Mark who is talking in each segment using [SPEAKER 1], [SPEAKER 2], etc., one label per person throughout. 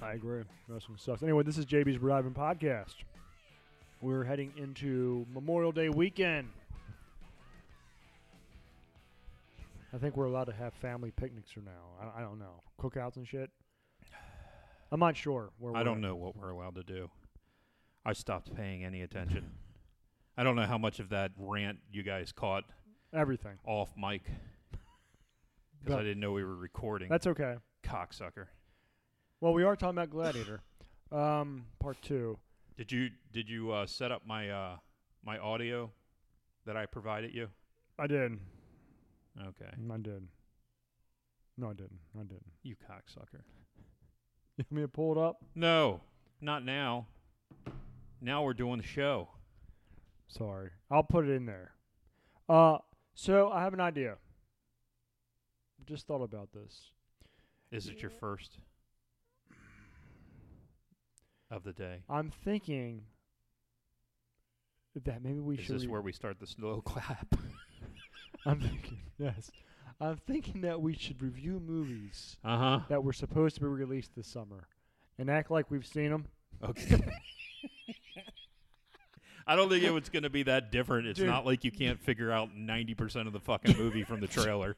[SPEAKER 1] I agree. Wrestling sucks. Anyway, this is JB's Driving Podcast. We're heading into Memorial Day weekend. I think we're allowed to have family picnics or now. I, I don't know. Cookouts and shit. I'm not sure. Where
[SPEAKER 2] I
[SPEAKER 1] we're
[SPEAKER 2] don't
[SPEAKER 1] at.
[SPEAKER 2] know what we're allowed to do. I stopped paying any attention. I don't know how much of that rant you guys caught
[SPEAKER 1] Everything.
[SPEAKER 2] off mic because
[SPEAKER 1] But-
[SPEAKER 2] I didn't know we were recording.
[SPEAKER 1] That's okay.
[SPEAKER 2] cocksucker.
[SPEAKER 1] Well, we are talking about Gladiator, um, part two.
[SPEAKER 2] Did you did you uh, set up my uh, my audio that I provided you?
[SPEAKER 1] I did.
[SPEAKER 2] Okay,
[SPEAKER 1] I did. No, I didn't. I didn't.
[SPEAKER 2] you cocksucker.
[SPEAKER 1] You want me to pull it up?
[SPEAKER 2] No, not now. Now we're doing the show.
[SPEAKER 1] Sorry. I'll put it in there. Uh, so I have an idea. Just thought about this.
[SPEAKER 2] Is it your first of the day?
[SPEAKER 1] I'm thinking that maybe we
[SPEAKER 2] Is
[SPEAKER 1] should.
[SPEAKER 2] this
[SPEAKER 1] re-
[SPEAKER 2] where we start the slow clap?
[SPEAKER 1] I'm thinking. Yes, I'm thinking that we should review movies
[SPEAKER 2] uh huh.
[SPEAKER 1] that were supposed to be released this summer, and act like we've seen them.
[SPEAKER 2] Okay. I don't think it was going to be that different. It's
[SPEAKER 1] Dude.
[SPEAKER 2] not like you can't figure out 90% of the fucking movie from the trailer.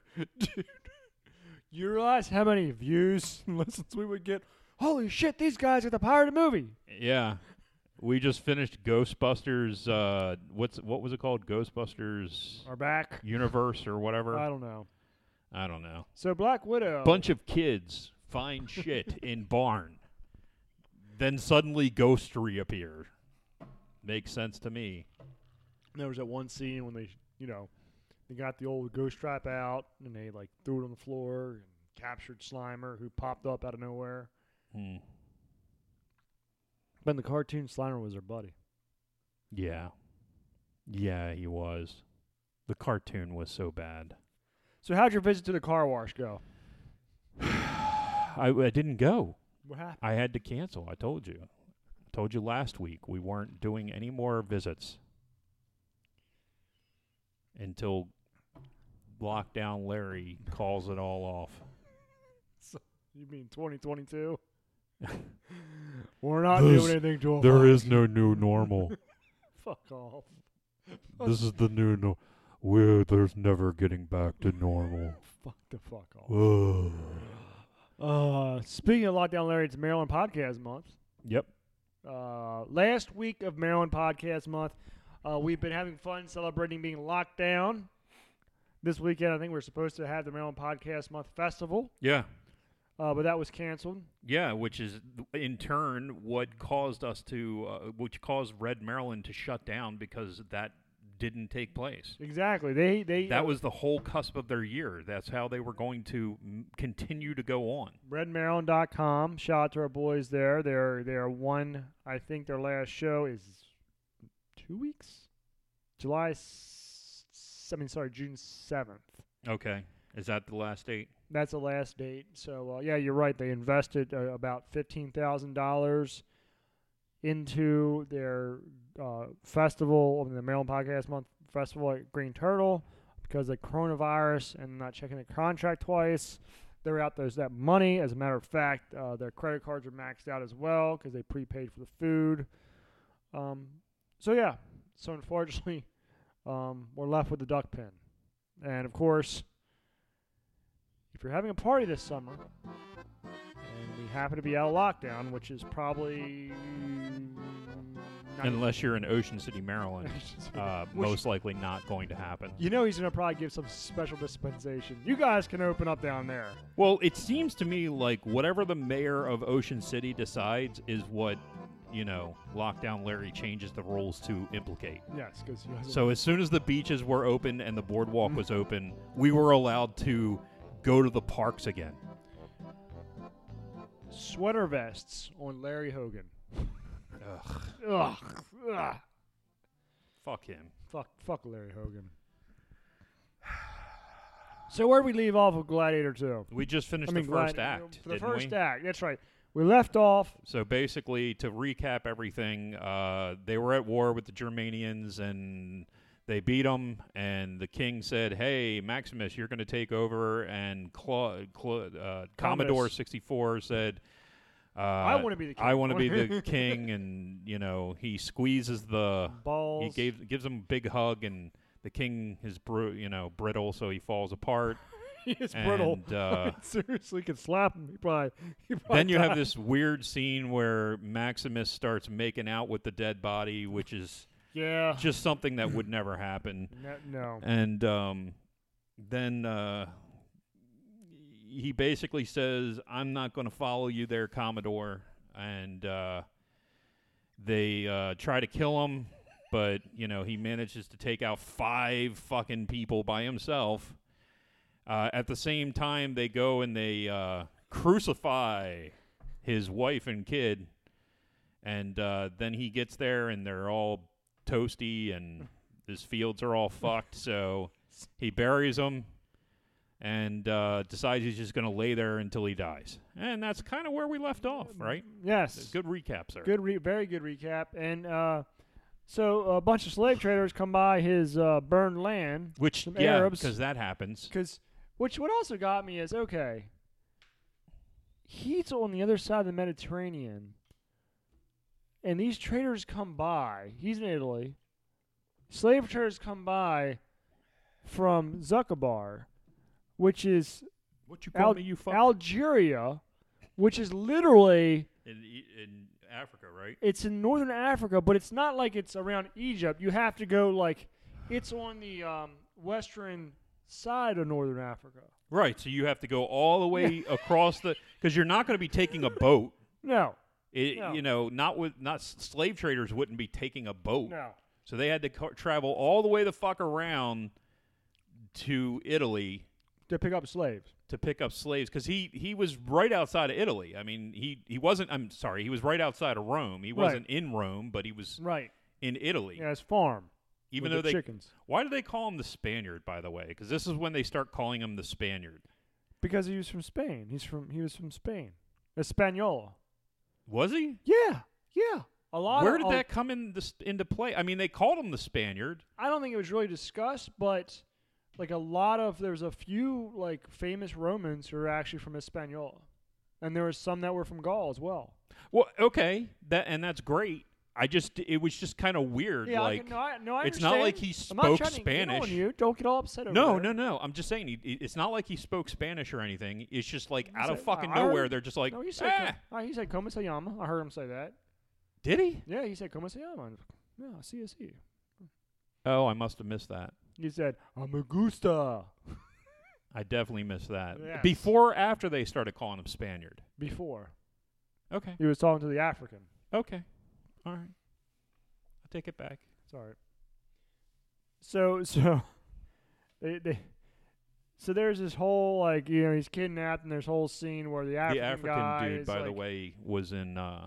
[SPEAKER 1] You realize how many views and listens we would get? Holy shit! These guys got the power to movie.
[SPEAKER 2] Yeah. We just finished Ghostbusters uh what's what was it called? Ghostbusters
[SPEAKER 1] Are back.
[SPEAKER 2] Universe or whatever.
[SPEAKER 1] I don't know.
[SPEAKER 2] I don't know.
[SPEAKER 1] So Black Widow.
[SPEAKER 2] Bunch of kids find shit in barn. Then suddenly ghosts reappear. Makes sense to me.
[SPEAKER 1] There was that one scene when they, you know, they got the old ghost trap out and they like threw it on the floor and captured Slimer, who popped up out of nowhere.
[SPEAKER 2] Hmm.
[SPEAKER 1] But in the cartoon, Slimer was their buddy.
[SPEAKER 2] Yeah. Yeah, he was. The cartoon was so bad.
[SPEAKER 1] So how'd your visit to the car wash go?
[SPEAKER 2] I, I didn't go.
[SPEAKER 1] What happened?
[SPEAKER 2] I had to cancel. I told you. I told you last week we weren't doing any more visits until lockdown Larry calls it all off.
[SPEAKER 1] You mean 2022? We're not doing
[SPEAKER 2] There's-
[SPEAKER 1] anything to him.
[SPEAKER 2] no new normal.
[SPEAKER 1] Fuck off.
[SPEAKER 2] this is the new normal. We're, there's never getting back to normal.
[SPEAKER 1] Fuck the fuck off.
[SPEAKER 2] Ugh.
[SPEAKER 1] Uh, speaking of lockdown, Larry, it's Maryland Podcast Month.
[SPEAKER 2] Yep.
[SPEAKER 1] Uh, last week of Maryland Podcast Month, uh, we've been having fun celebrating being locked down. This weekend, I think we're supposed to have the Maryland Podcast Month Festival,
[SPEAKER 2] Yeah.
[SPEAKER 1] uh, but that was canceled.
[SPEAKER 2] Yeah, which is in turn what caused us to, uh, which caused Red Maryland to shut down because that didn't take place.
[SPEAKER 1] Exactly. They they
[SPEAKER 2] That was the whole cusp of their year. That's how they were going to m- continue to go on.
[SPEAKER 1] redmaryland.com. Shout out to our boys there. They're they're one. I think their last show is two weeks, July. S- I mean, sorry, June seventh.
[SPEAKER 2] Okay. Is that the last date?
[SPEAKER 1] That's the last date. So uh, yeah, you're right. They invested uh, about fifteen thousand dollars into their uh, festival, the Maryland Podcast Month Festival at Green Turtle, because of coronavirus and not checking the contract twice. They're out those that money. As a matter of fact, uh, their credit cards are maxed out as well because they prepaid for the food. Um, so yeah, so unfortunately, um, we're left with the duck pen, and of course, if you're having a party this summer and we happen to be out of lockdown, which is probably
[SPEAKER 2] Unless you're in Ocean City, Maryland. Uh,
[SPEAKER 1] Which-
[SPEAKER 2] most likely not going to happen.
[SPEAKER 1] you know he's gonna probably give some special dispensation. You guys can open up down there.
[SPEAKER 2] Well, it seems to me like whatever the mayor of Ocean City decides is what, you know, Lockdown Larry changes the rules to implicate.
[SPEAKER 1] Yes, because you guys.
[SPEAKER 2] So as soon as the beaches were open and the boardwalk was open, we were allowed to go to the parks again.
[SPEAKER 1] sweater vests on Larry Hogan.
[SPEAKER 2] Ugh,
[SPEAKER 1] Ugh. Ugh.
[SPEAKER 2] fuck him.
[SPEAKER 1] Fuck. Fuck Larry Hogan. So where would we leave off with Gladiator Two?
[SPEAKER 2] We just finished the
[SPEAKER 1] Gladi-
[SPEAKER 2] first act.
[SPEAKER 1] The
[SPEAKER 2] didn't
[SPEAKER 1] first
[SPEAKER 2] we?
[SPEAKER 1] act. That's right. We left off.
[SPEAKER 2] So basically, to recap everything, uh, they were at war with the Germanians and they beat them. And the king said, "Hey, Maximus, you're going to take over." And Cla- Cla- uh, Commodore
[SPEAKER 1] Commodus.
[SPEAKER 2] 64 said, Uh,
[SPEAKER 1] I want to be the king.
[SPEAKER 2] I want to be the king, and you know he squeezes the
[SPEAKER 1] Balls.
[SPEAKER 2] he gave, gives him a big hug, and the king is bru- you know brittle, so he falls apart.
[SPEAKER 1] He's
[SPEAKER 2] and,
[SPEAKER 1] brittle.
[SPEAKER 2] uh,
[SPEAKER 1] Seriously, could slap him. He probably. He probably
[SPEAKER 2] then you have
[SPEAKER 1] died.
[SPEAKER 2] this weird scene where Maximus starts making out with the dead body, which is
[SPEAKER 1] Yeah.
[SPEAKER 2] just something that would never happen.
[SPEAKER 1] No. no.
[SPEAKER 2] And um, then uh, he basically says, "I'm not going to follow you there, Commodore." And uh, they uh, try to kill him, but you know he manages to take out five fucking people by himself. Uh, at the same time, they go and they uh, crucify his wife and kid. And uh, then he gets there, and they're all toasty, and his fields are all fucked. So he buries them, and uh, decides he's just going to lay there until he dies. And that's kind of where we left off, right?
[SPEAKER 1] Yes.
[SPEAKER 2] Good recap, sir.
[SPEAKER 1] Um, Good, re- very good recap. And uh, so a bunch of slave traders come by his uh, burned land
[SPEAKER 2] Which
[SPEAKER 1] Some
[SPEAKER 2] yeah,
[SPEAKER 1] Arabs.
[SPEAKER 2] because that happens.
[SPEAKER 1] because, which what also got me is okay. He's on the other side of the Mediterranean, and these traders come by. He's in Italy. Slave traders come by from Zuccobar, which is
[SPEAKER 2] What you
[SPEAKER 1] call Al-
[SPEAKER 2] me?
[SPEAKER 1] me,
[SPEAKER 2] You fuck
[SPEAKER 1] Algeria, which is literally
[SPEAKER 2] in, E, in Africa, right?
[SPEAKER 1] it's in northern Africa, but it's not like it's around Egypt. You have to go like it's on the um, western side of northern Africa.
[SPEAKER 2] Right. So you have to go all the way across the because you're not going to be taking a boat.
[SPEAKER 1] No,
[SPEAKER 2] It,
[SPEAKER 1] No.
[SPEAKER 2] You know, not with not s- slave traders wouldn't be taking a boat,
[SPEAKER 1] no,
[SPEAKER 2] so they had to co- travel all the way the fuck around to Italy
[SPEAKER 1] to pick up slaves.
[SPEAKER 2] to pick up slaves because he he was right outside of Italy. I mean, he he wasn't. I'm sorry, he was right outside of Rome. He
[SPEAKER 1] Right.
[SPEAKER 2] wasn't in Rome, but he was
[SPEAKER 1] Right.
[SPEAKER 2] in Italy.
[SPEAKER 1] Yeah, it's farm.
[SPEAKER 2] Even
[SPEAKER 1] with
[SPEAKER 2] though
[SPEAKER 1] the
[SPEAKER 2] they,
[SPEAKER 1] chickens,
[SPEAKER 2] why do they call him the Spaniard? By the way, because this is when they start calling him the Spaniard.
[SPEAKER 1] because he was from Spain. He's from he was from Spain, Hispaniola.
[SPEAKER 2] Was he?
[SPEAKER 1] Yeah, yeah. A lot.
[SPEAKER 2] Where
[SPEAKER 1] of,
[SPEAKER 2] did
[SPEAKER 1] a-
[SPEAKER 2] that come in this, into play? I mean, they called him the Spaniard.
[SPEAKER 1] I don't think it was really discussed, but like a lot of there's a few like famous Romans who are actually from Hispaniola, and there were some that were from Gaul as well.
[SPEAKER 2] Well, okay, that and that's great. I just it was just kind of weird.
[SPEAKER 1] Yeah, I
[SPEAKER 2] like
[SPEAKER 1] can, no, I, no, I
[SPEAKER 2] it's not like
[SPEAKER 1] understand.
[SPEAKER 2] he
[SPEAKER 1] I'm not
[SPEAKER 2] spoke
[SPEAKER 1] trying to get on
[SPEAKER 2] Spanish.
[SPEAKER 1] you. Don't get all upset over
[SPEAKER 2] no,
[SPEAKER 1] there.
[SPEAKER 2] no, no. I'm just saying he, it- it's not like he spoke Spanish or anything. It's just like
[SPEAKER 1] He
[SPEAKER 2] out of
[SPEAKER 1] said,
[SPEAKER 2] fucking
[SPEAKER 1] "I heard
[SPEAKER 2] nowhere,
[SPEAKER 1] him."
[SPEAKER 2] they're just like,
[SPEAKER 1] No, he said,
[SPEAKER 2] ah,
[SPEAKER 1] com- uh, he said "como se llama." I heard him say that.
[SPEAKER 2] did he?
[SPEAKER 1] Yeah, he said "como se llama." Yeah, I see, I see.
[SPEAKER 2] Oh, I must have missed that.
[SPEAKER 1] He said "a me gusta"
[SPEAKER 2] I definitely missed that.
[SPEAKER 1] Yes.
[SPEAKER 2] Before, or after they started calling him Spaniard.
[SPEAKER 1] before
[SPEAKER 2] Okay,
[SPEAKER 1] he was talking to the African.
[SPEAKER 2] okay, all right. I'll take it back.
[SPEAKER 1] Sorry. So so they they so there's this whole like you know he's kidnapped and there's whole scene where the African,
[SPEAKER 2] the African
[SPEAKER 1] guy
[SPEAKER 2] dude,
[SPEAKER 1] is,
[SPEAKER 2] by the
[SPEAKER 1] like-
[SPEAKER 2] way, was in uh,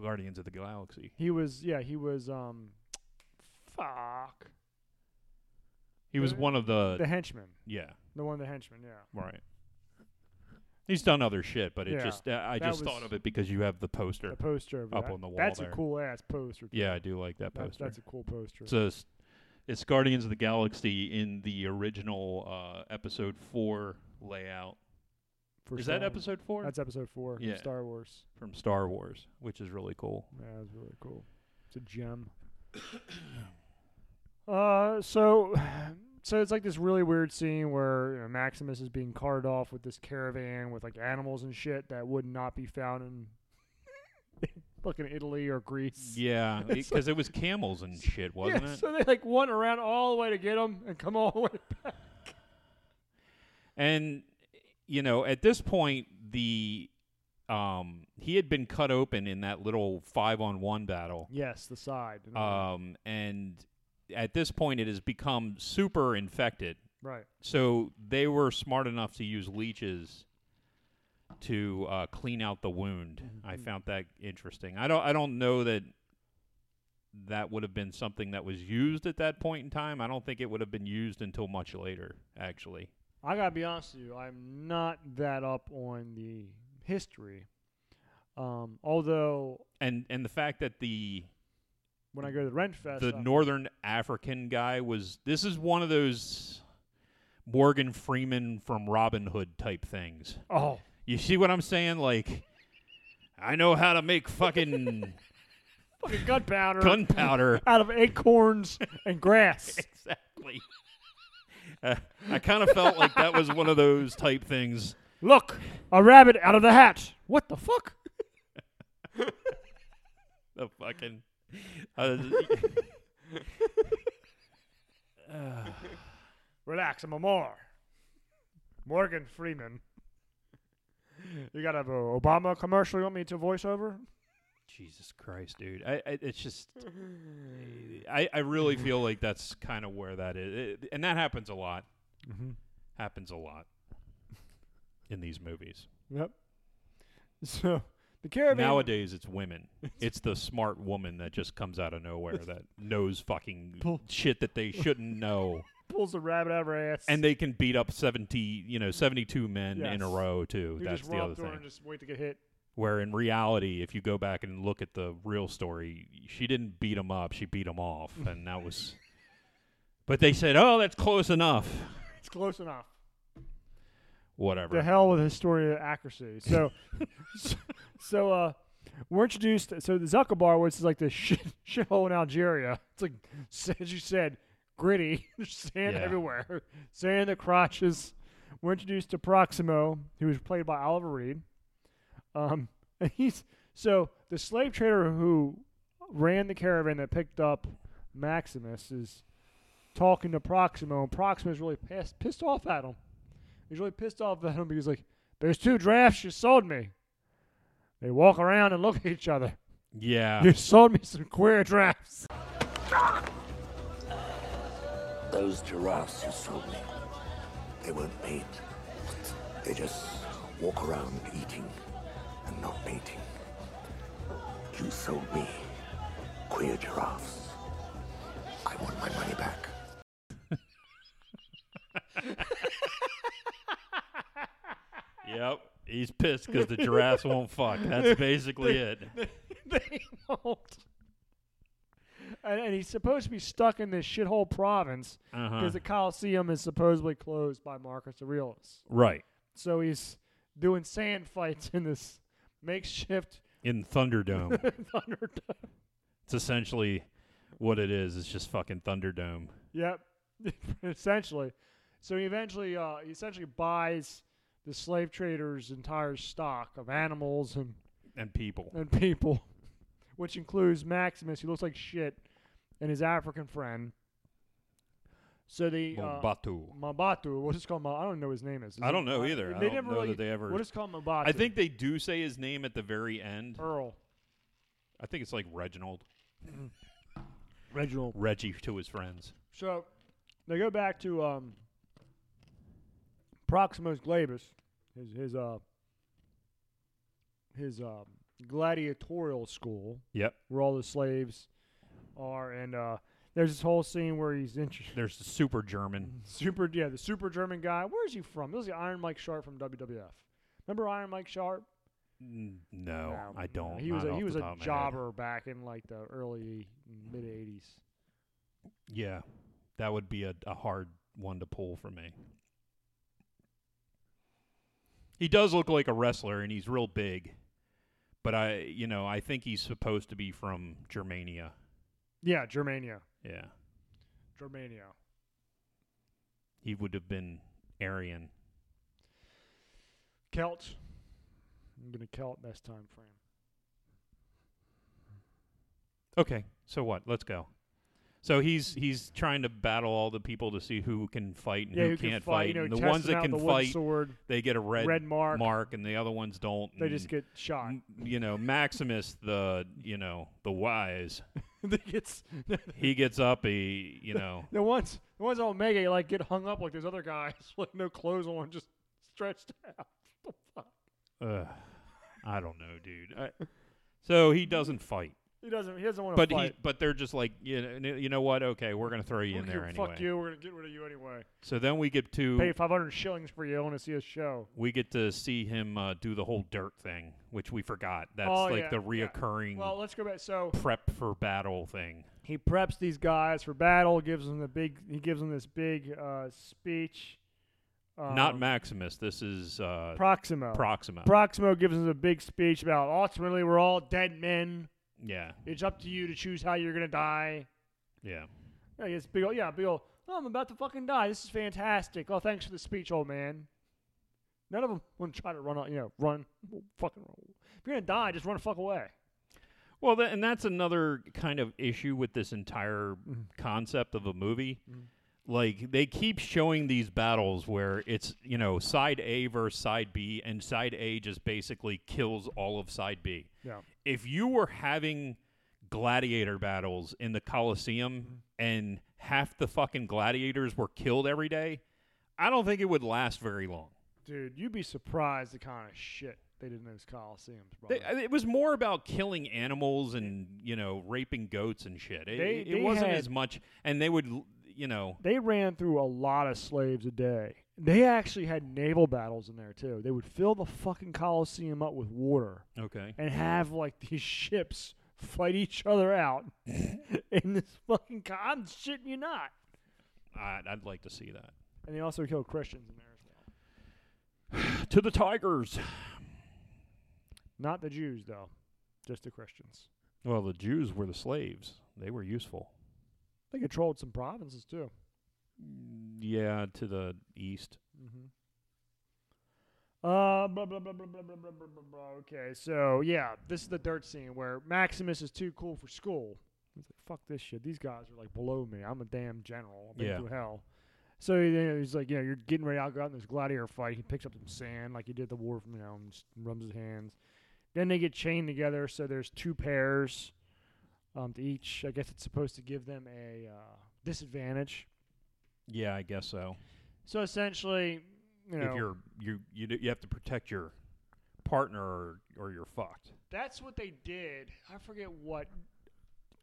[SPEAKER 2] Guardians of the Galaxy.
[SPEAKER 1] he was yeah he was um fuck
[SPEAKER 2] He was
[SPEAKER 1] The-
[SPEAKER 2] one of the,
[SPEAKER 1] the henchman
[SPEAKER 2] yeah,
[SPEAKER 1] the one of the henchman yeah
[SPEAKER 2] right. He's done other shit, but it
[SPEAKER 1] Yeah,
[SPEAKER 2] just uh, I I
[SPEAKER 1] that
[SPEAKER 2] just thought
[SPEAKER 1] was-
[SPEAKER 2] of it because you have the poster.
[SPEAKER 1] the poster of
[SPEAKER 2] Up
[SPEAKER 1] that.
[SPEAKER 2] on the wall
[SPEAKER 1] That's
[SPEAKER 2] there.
[SPEAKER 1] a cool ass poster. dude.
[SPEAKER 2] Yeah, I do like that
[SPEAKER 1] That-
[SPEAKER 2] poster.
[SPEAKER 1] that's a cool poster.
[SPEAKER 2] it's, a s- it's Guardians of the Galaxy in the original uh, episode four layout.
[SPEAKER 1] for
[SPEAKER 2] Is
[SPEAKER 1] Star
[SPEAKER 2] that
[SPEAKER 1] Wars.
[SPEAKER 2] episode four
[SPEAKER 1] That's episode four.
[SPEAKER 2] Yeah.
[SPEAKER 1] From Star Wars.
[SPEAKER 2] from Star Wars, which is really cool.
[SPEAKER 1] Yeah, that was really cool. It's a gem. uh, so, so it's like this really weird scene where you know, Maximus is being carted off with this caravan with like animals and shit that would not be found in fucking Italy or Greece.
[SPEAKER 2] Yeah,
[SPEAKER 1] It's
[SPEAKER 2] because it was camels and shit, wasn't
[SPEAKER 1] yeah,
[SPEAKER 2] it?
[SPEAKER 1] so they like went around all the way to get them and come all the way.
[SPEAKER 2] And you know, at this point, the um, he had been cut open in that little five on one battle,
[SPEAKER 1] Yes, the side.
[SPEAKER 2] um, and at this point, it has become super infected.
[SPEAKER 1] right.
[SPEAKER 2] So they were smart enough to use leeches to uh, clean out the wound. I
[SPEAKER 1] Mhm.
[SPEAKER 2] found that interesting. I don't. I don't know that that would have been something that was used at that point in time. I don't think it would have been used until much later, actually.
[SPEAKER 1] I gotta be honest with you, I'm not that up on the history. Um, although
[SPEAKER 2] And and the fact that the
[SPEAKER 1] when I go to the Rent Fest,
[SPEAKER 2] the
[SPEAKER 1] I'm-
[SPEAKER 2] northern African guy was this is one of those Morgan Freeman from Robin Hood type things.
[SPEAKER 1] oh
[SPEAKER 2] You see what I'm saying? Like, I know how to make fucking
[SPEAKER 1] Fucking gunpowder
[SPEAKER 2] gunpowder.
[SPEAKER 1] out of acorns and grass.
[SPEAKER 2] exactly. Uh, I kind of felt like that was one of those type things.
[SPEAKER 1] Look, a rabbit out of the hat. What the fuck?
[SPEAKER 2] The fucking. Uh, uh,
[SPEAKER 1] Relax, I'm a Moore. Morgan Freeman. You got to have an Obama commercial you want me to voice over?
[SPEAKER 2] Jesus Christ, dude. I, I it's just I I really feel like that's kind of where that is. It- and that happens a lot. Mm-hmm.
[SPEAKER 1] Mhm.
[SPEAKER 2] Happens a lot in these movies.
[SPEAKER 1] Yep. So, the caravan.
[SPEAKER 2] Nowadays it's women. It's the smart woman that just comes out of nowhere that knows fucking
[SPEAKER 1] Pull-
[SPEAKER 2] shit that they shouldn't know.
[SPEAKER 1] pulls the rabbit out of her ass.
[SPEAKER 2] And they can beat up 70, you know, 72 men in a
[SPEAKER 1] Yes.
[SPEAKER 2] row too.
[SPEAKER 1] you
[SPEAKER 2] that's
[SPEAKER 1] just
[SPEAKER 2] the
[SPEAKER 1] roll
[SPEAKER 2] other
[SPEAKER 1] up to her
[SPEAKER 2] thing.
[SPEAKER 1] and just wait to get hit.
[SPEAKER 2] Where in reality, if you go back and look at the real story, she didn't beat him up; she beat him off, and that was. But they said, "Oh, that's close enough."
[SPEAKER 1] It's close enough.
[SPEAKER 2] Whatever.
[SPEAKER 1] The hell with historian accuracy. So, so, so, uh, we're introduced. So the Zuckerbar, which is like the shit shithole in Algeria. It's like, s- as you said, gritty. There's sand
[SPEAKER 2] Yeah.
[SPEAKER 1] everywhere. Sand in the crotches. We're introduced to Proximo, who was played by Oliver Reed. Um, and he's so the slave trader who ran the caravan that picked up Maximus is talking to Proximo, and Proximo's really pissed pissed off at him. He's really pissed off at him because like, there's two drafts you sold me. They walk around and look at each other.
[SPEAKER 2] yeah.
[SPEAKER 1] You sold me some queer drafts.
[SPEAKER 3] Those giraffes you sold me, they weren't made. They just walk around eating and not mating. You sold me queer giraffes. I want my money back.
[SPEAKER 2] Yep. He's pissed because the giraffes won't fuck. That's basically it.
[SPEAKER 1] they won't. And, and he's supposed to be stuck in this shithole province
[SPEAKER 2] Uh-huh.
[SPEAKER 1] because the Colosseum is supposedly closed by Marcus Aurelius.
[SPEAKER 2] Right
[SPEAKER 1] So he's doing sand fights in this makeshift
[SPEAKER 2] in Thunderdome.
[SPEAKER 1] Thunderdome.
[SPEAKER 2] it's essentially what it is. It's just fucking Thunderdome.
[SPEAKER 1] Yep, essentially. So he eventually, uh, he essentially buys the slave trader's entire stock of animals and,
[SPEAKER 2] And people.
[SPEAKER 1] and people, which includes Maximus, who looks like shit, and his African friend. So the uh,
[SPEAKER 2] Mombatu.
[SPEAKER 1] Mambatu, what's it called? Ma- I don't know his name is. Is
[SPEAKER 2] I
[SPEAKER 1] it-
[SPEAKER 2] don't know either. I
[SPEAKER 1] they
[SPEAKER 2] don't
[SPEAKER 1] never
[SPEAKER 2] know
[SPEAKER 1] really,
[SPEAKER 2] that they ever-
[SPEAKER 1] What is it called Mambatu?
[SPEAKER 2] I think they do say his name at the very end.
[SPEAKER 1] Earl
[SPEAKER 2] I think it's like Reginald.
[SPEAKER 1] Reginald.
[SPEAKER 2] Reggie to his friends.
[SPEAKER 1] So they go back to um, Proximus Glabus, his his uh his um, gladiatorial school
[SPEAKER 2] Yep.
[SPEAKER 1] where all the slaves are, and uh, there's this whole scene where he's in
[SPEAKER 2] There's the super German.
[SPEAKER 1] super yeah the super German guy. Where is he from? This is the Iron Mike Sharp from WWF. Remember Iron Mike Sharp?
[SPEAKER 2] N- No,
[SPEAKER 1] Mm. No,
[SPEAKER 2] I don't.
[SPEAKER 1] He was
[SPEAKER 2] not
[SPEAKER 1] a,
[SPEAKER 2] off
[SPEAKER 1] he
[SPEAKER 2] the
[SPEAKER 1] was a
[SPEAKER 2] top of my head.
[SPEAKER 1] jobber back in like the early mid '80s.
[SPEAKER 2] Yeah, that would be a, a hard one to pull for me. He does look like a wrestler, and he's real big. But I, you know, I think he's supposed to be from Germania.
[SPEAKER 1] Yeah, Germania,
[SPEAKER 2] Yeah,
[SPEAKER 1] Germania.
[SPEAKER 2] he would have been Aryan.
[SPEAKER 1] Celt. I'm gonna Celt next time frame.
[SPEAKER 2] Okay, so what? Let's go. So he's he's trying to battle all the people to see who can fight and
[SPEAKER 1] yeah,
[SPEAKER 2] who,
[SPEAKER 1] you
[SPEAKER 2] can't
[SPEAKER 1] can
[SPEAKER 2] fight.
[SPEAKER 1] fight. You know,
[SPEAKER 2] and the
[SPEAKER 1] test
[SPEAKER 2] ones
[SPEAKER 1] them
[SPEAKER 2] that
[SPEAKER 1] out
[SPEAKER 2] can
[SPEAKER 1] with a wooden
[SPEAKER 2] fight,
[SPEAKER 1] sword,
[SPEAKER 2] they get a red,
[SPEAKER 1] red mark.
[SPEAKER 2] and the other ones don't.
[SPEAKER 1] They just
[SPEAKER 2] and,
[SPEAKER 1] get shot.
[SPEAKER 2] m- You know, Maximus, the you know the wise,
[SPEAKER 1] they gets
[SPEAKER 2] he gets up. He you know
[SPEAKER 1] the ones the ones on Omega like get hung up like those other guys with no clothes on, just stretched out. What the fuck?
[SPEAKER 2] Ugh, I don't know, dude. I, so he doesn't fight,
[SPEAKER 1] He doesn't. He doesn't want to
[SPEAKER 2] but
[SPEAKER 1] fight.
[SPEAKER 2] he but they're just like you know, you know what? Okay, we're gonna throw you in
[SPEAKER 1] Fuck
[SPEAKER 2] there
[SPEAKER 1] you,
[SPEAKER 2] anyway.
[SPEAKER 1] Fuck you. We're gonna get rid of you anyway.
[SPEAKER 2] So then we get to
[SPEAKER 1] Pay 500 shillings for you. I want to see a show.
[SPEAKER 2] we get to see him uh, do the whole dirt thing, which we forgot. That's
[SPEAKER 1] Oh,
[SPEAKER 2] like
[SPEAKER 1] yeah,
[SPEAKER 2] the
[SPEAKER 1] yeah.
[SPEAKER 2] reoccurring
[SPEAKER 1] Well, let's go back. So
[SPEAKER 2] prep for battle thing.
[SPEAKER 1] he preps these guys for battle. Gives them the big. He gives them this big uh, speech
[SPEAKER 2] Not
[SPEAKER 1] Um,
[SPEAKER 2] Maximus. This is uh,
[SPEAKER 1] Proximo.
[SPEAKER 2] Proxima.
[SPEAKER 1] Proximo gives us a big speech about ultimately we're all dead men.
[SPEAKER 2] yeah,
[SPEAKER 1] It's up to you to choose how you're gonna die.
[SPEAKER 2] yeah.
[SPEAKER 1] Yeah, it's big old, yeah, big old, oh, I'm about to fucking die. This is fantastic. Oh, thanks for the speech, old man. None of them want to try to run, out- you know, run, fucking run. If you're gonna die, just run the fuck away.
[SPEAKER 2] Well, tha- and that's another kind of issue with this entire
[SPEAKER 1] Mhm.
[SPEAKER 2] concept of a movie.
[SPEAKER 1] Mhm.
[SPEAKER 2] Like they keep showing these battles where it's you know side A versus side B, and side A just basically kills all of side B.
[SPEAKER 1] Yeah.
[SPEAKER 2] If you were having gladiator battles in the Colosseum and half the fucking gladiators were killed every day, I don't think it would last very long.
[SPEAKER 1] Dude, you'd be surprised the kind of shit they did in those coliseums, bro.
[SPEAKER 2] They, it was more about killing animals and you know raping goats and shit. It,
[SPEAKER 1] They-
[SPEAKER 2] it
[SPEAKER 1] they
[SPEAKER 2] wasn't
[SPEAKER 1] had-
[SPEAKER 2] as much, and they would l- you know
[SPEAKER 1] they ran through a lot of slaves a day. They actually had naval battles in there too. They would fill the fucking coliseum up with water
[SPEAKER 2] okay
[SPEAKER 1] and have like these ships fight each other out in this fucking. Co- I'm shitting you not.
[SPEAKER 2] I'd, I'd like to see that
[SPEAKER 1] And they also killed Christians in there as well.
[SPEAKER 2] to the tigers.
[SPEAKER 1] Not the Jews though, just the Christians.
[SPEAKER 2] Well, the Jews were the slaves; they were useful.
[SPEAKER 1] They controlled some provinces too.
[SPEAKER 2] Yeah, to the east.
[SPEAKER 1] Mm-hmm. Uh, blah, blah, blah, blah, blah, blah, blah, blah, blah, blah. Okay, so yeah, this is the dirt scene where Maximus is too cool for school. He's like, "Fuck this shit. These guys are like below me. I'm a damn general. I've been
[SPEAKER 2] Yeah.
[SPEAKER 1] through hell." So you know, he's like, "You know, you're getting ready. I'll go out in this gladiator fight." He picks up some sand like he did at the war, you know, and just rubs his hands. Then they get chained together. So there's two pairs, um, to each. I guess it's supposed to give them a uh, disadvantage.
[SPEAKER 2] Yeah, I guess so.
[SPEAKER 1] So essentially, you know,
[SPEAKER 2] If you're you you d- you have to protect your partner or, or you're fucked.
[SPEAKER 1] That's what they did. I forget what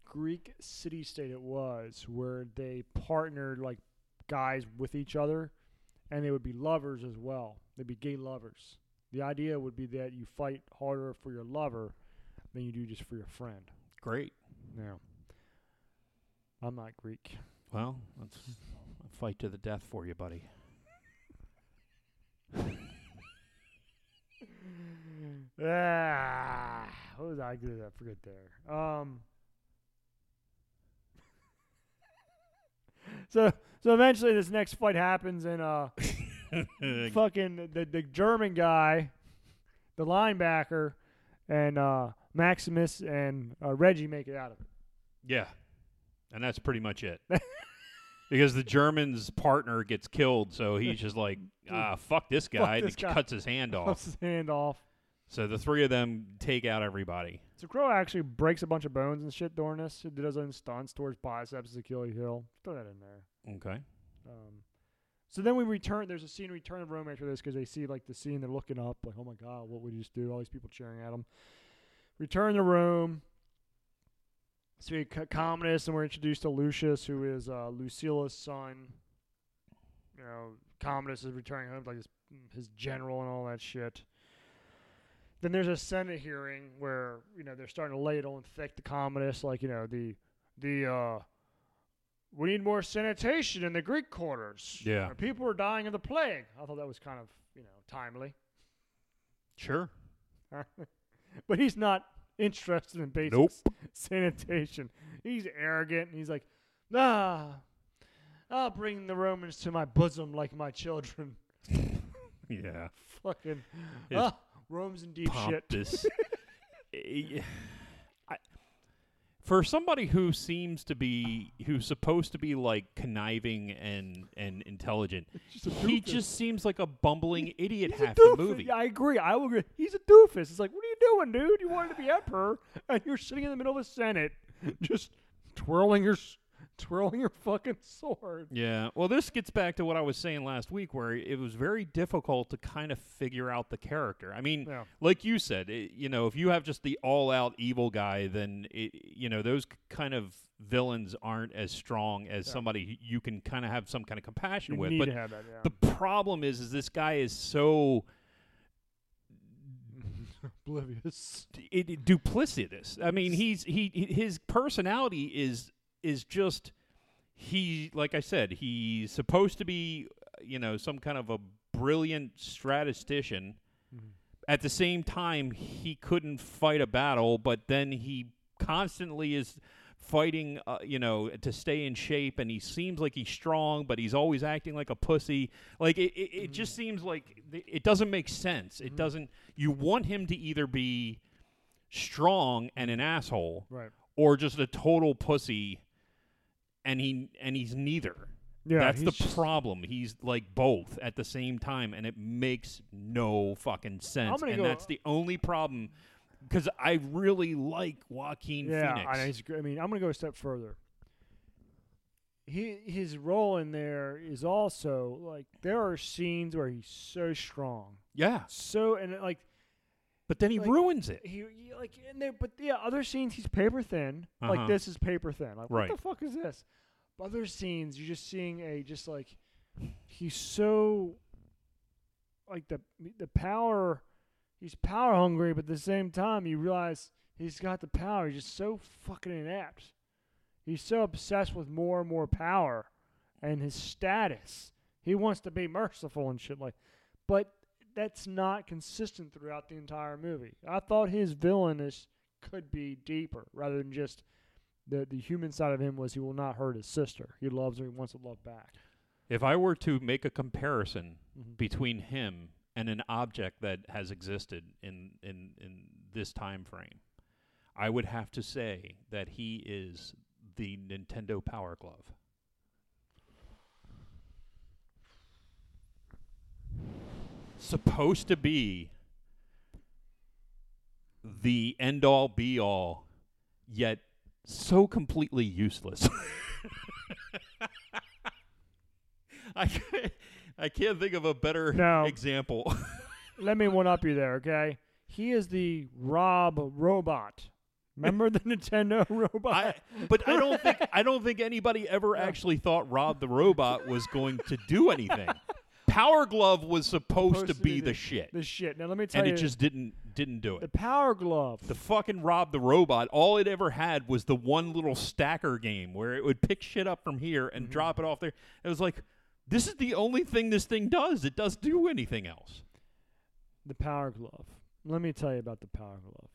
[SPEAKER 1] Greek city state it was where they partnered like guys with each other and they would be lovers as well. They'd be gay lovers. The idea would be that you fight harder for your lover than you do just for your friend.
[SPEAKER 2] Great.
[SPEAKER 1] Now, I'm not Greek.
[SPEAKER 2] Well, let's fight to the death for you, buddy.
[SPEAKER 1] Ah, what was I good at? I forget there. Um. So so eventually this next fight happens and uh fucking the the German guy, the linebacker, and uh Maximus and uh, Reggie make it out of it.
[SPEAKER 2] Yeah. And that's pretty much it. because the German's partner gets killed, so he's just like, ah, fuck this guy. and
[SPEAKER 1] this
[SPEAKER 2] he
[SPEAKER 1] guy.
[SPEAKER 2] cuts his hand
[SPEAKER 1] Cuts
[SPEAKER 2] off.
[SPEAKER 1] his hand off.
[SPEAKER 2] so the three of them take out everybody.
[SPEAKER 1] So Crow actually breaks a bunch of bones and shit during this. He does his own stunts towards biceps, Achilles heel. Throw that in there.
[SPEAKER 2] Okay.
[SPEAKER 1] Um, so then we return. There's a scene return of Rome after this because they see like the scene. They're looking up like, oh my god, what would you just do? All these people cheering at him. Return to Rome. So we C- Commodus, and we're introduced to Lucius, who is uh, Lucilla's son. You know, Commodus is returning home to, like his, his general and all that shit. Then there's a Senate hearing where you know they're starting to lay it on thick to Commodus, like you know the the uh, we need more sanitation in the Greek quarters.
[SPEAKER 2] Yeah.
[SPEAKER 1] Our people are dying of the plague. I thought that was kind of you know timely,
[SPEAKER 2] Sure.
[SPEAKER 1] but he's not interested in basic
[SPEAKER 2] Nope.
[SPEAKER 1] s- sanitation. He's arrogant. And he's like, ah, I'll bring the Romans to my bosom like my children.
[SPEAKER 2] Yeah.
[SPEAKER 1] Fucking
[SPEAKER 2] His
[SPEAKER 1] ah, Rome's in deep shit.
[SPEAKER 2] Pompous. Eh, I, for somebody who seems to be who's supposed to be like conniving and and intelligent,
[SPEAKER 1] Just a
[SPEAKER 2] he
[SPEAKER 1] doofus.
[SPEAKER 2] just seems like a bumbling idiot
[SPEAKER 1] He's
[SPEAKER 2] half
[SPEAKER 1] a doofus.
[SPEAKER 2] the movie.
[SPEAKER 1] I agree. I will agree. He's a doofus. It's like, what are you doing, dude? You wanted to be emperor, and you're sitting in the middle of the Senate, just twirling your s- twirling your fucking sword.
[SPEAKER 2] Yeah. Well, this gets back to what I was saying last week, where it was very difficult to kind of figure out the character. I mean,
[SPEAKER 1] Yeah.
[SPEAKER 2] like you said, it, you know, if you have just the all-out evil guy, then it, you know those k- kind of villains aren't as strong as somebody y- you can kind of have some kind of compassion
[SPEAKER 1] You
[SPEAKER 2] with.
[SPEAKER 1] need
[SPEAKER 2] But
[SPEAKER 1] to have that. Yeah.
[SPEAKER 2] the problem is, is this guy is so
[SPEAKER 1] Oblivious.
[SPEAKER 2] it, it- duplicitous. I mean, he's he he- his personality is is just he like I said, he's supposed to be you know some kind of a brilliant statistician.
[SPEAKER 1] Mhm.
[SPEAKER 2] At the same time, he couldn't fight a battle, but then he constantly is fighting, uh, you know, to stay in shape, and he seems like he's strong, but he's always acting like a pussy. Like it, it, it just seems like th- it doesn't make sense. It doesn't. You want him to either be strong and an asshole,
[SPEAKER 1] Right.
[SPEAKER 2] or just a total pussy and he and he's neither
[SPEAKER 1] Yeah.
[SPEAKER 2] that's the
[SPEAKER 1] he's just-
[SPEAKER 2] problem he's like both at the same time and it makes no fucking sense
[SPEAKER 1] gonna
[SPEAKER 2] and
[SPEAKER 1] go-
[SPEAKER 2] that's the only problem because i really like joaquin
[SPEAKER 1] Yeah,
[SPEAKER 2] phoenix
[SPEAKER 1] I, know he's, gr- I mean, I'm going to go a step further. He, his role in there is also like there are scenes where he's so strong,
[SPEAKER 2] yeah
[SPEAKER 1] so and like
[SPEAKER 2] but then he
[SPEAKER 1] Like-
[SPEAKER 2] ruins it
[SPEAKER 1] he he, like in there, but yeah, other scenes he's paper thin.
[SPEAKER 2] Uh-huh.
[SPEAKER 1] Like this is paper thin. Like
[SPEAKER 2] Right.
[SPEAKER 1] what the fuck is this? But other scenes you're just seeing a just like he's so like the the power. He's power hungry, but at the same time you realize he's got the power. He's just so fucking inept. He's so obsessed with more and more power and his status. He wants to be merciful and shit like but that's not consistent throughout the entire movie. I thought his villainous could be deeper rather than just the the human side of him was he will not hurt his sister. He loves her, he wants to love back.
[SPEAKER 2] if i were to make a comparison
[SPEAKER 1] Mhm.
[SPEAKER 2] between him and an object that has existed in in in this time frame i would have to say that he is the nintendo power glove supposed to be the end all be all, yet so completely useless. I can't, I can't think of a better
[SPEAKER 1] No.
[SPEAKER 2] example.
[SPEAKER 1] Let me one up you there, okay? He is the Rob robot. Remember the Nintendo
[SPEAKER 2] I,
[SPEAKER 1] robot?
[SPEAKER 2] but I don't think I don't think anybody ever actually thought Rob the robot was going to do anything. Power Glove was supposed, to
[SPEAKER 1] Supposed
[SPEAKER 2] be, the, shit,
[SPEAKER 1] The shit. Now let me tell
[SPEAKER 2] and
[SPEAKER 1] you,
[SPEAKER 2] it just didn't didn't do it.
[SPEAKER 1] the Power Glove.
[SPEAKER 2] The fucking Rob the Robot, all it ever had was the one little stacker game where it would pick shit up from here and drop it off there. It was like, this is the only thing this thing does. It doesn't do anything else.
[SPEAKER 1] The Power Glove. Let me tell you about the Power Glove.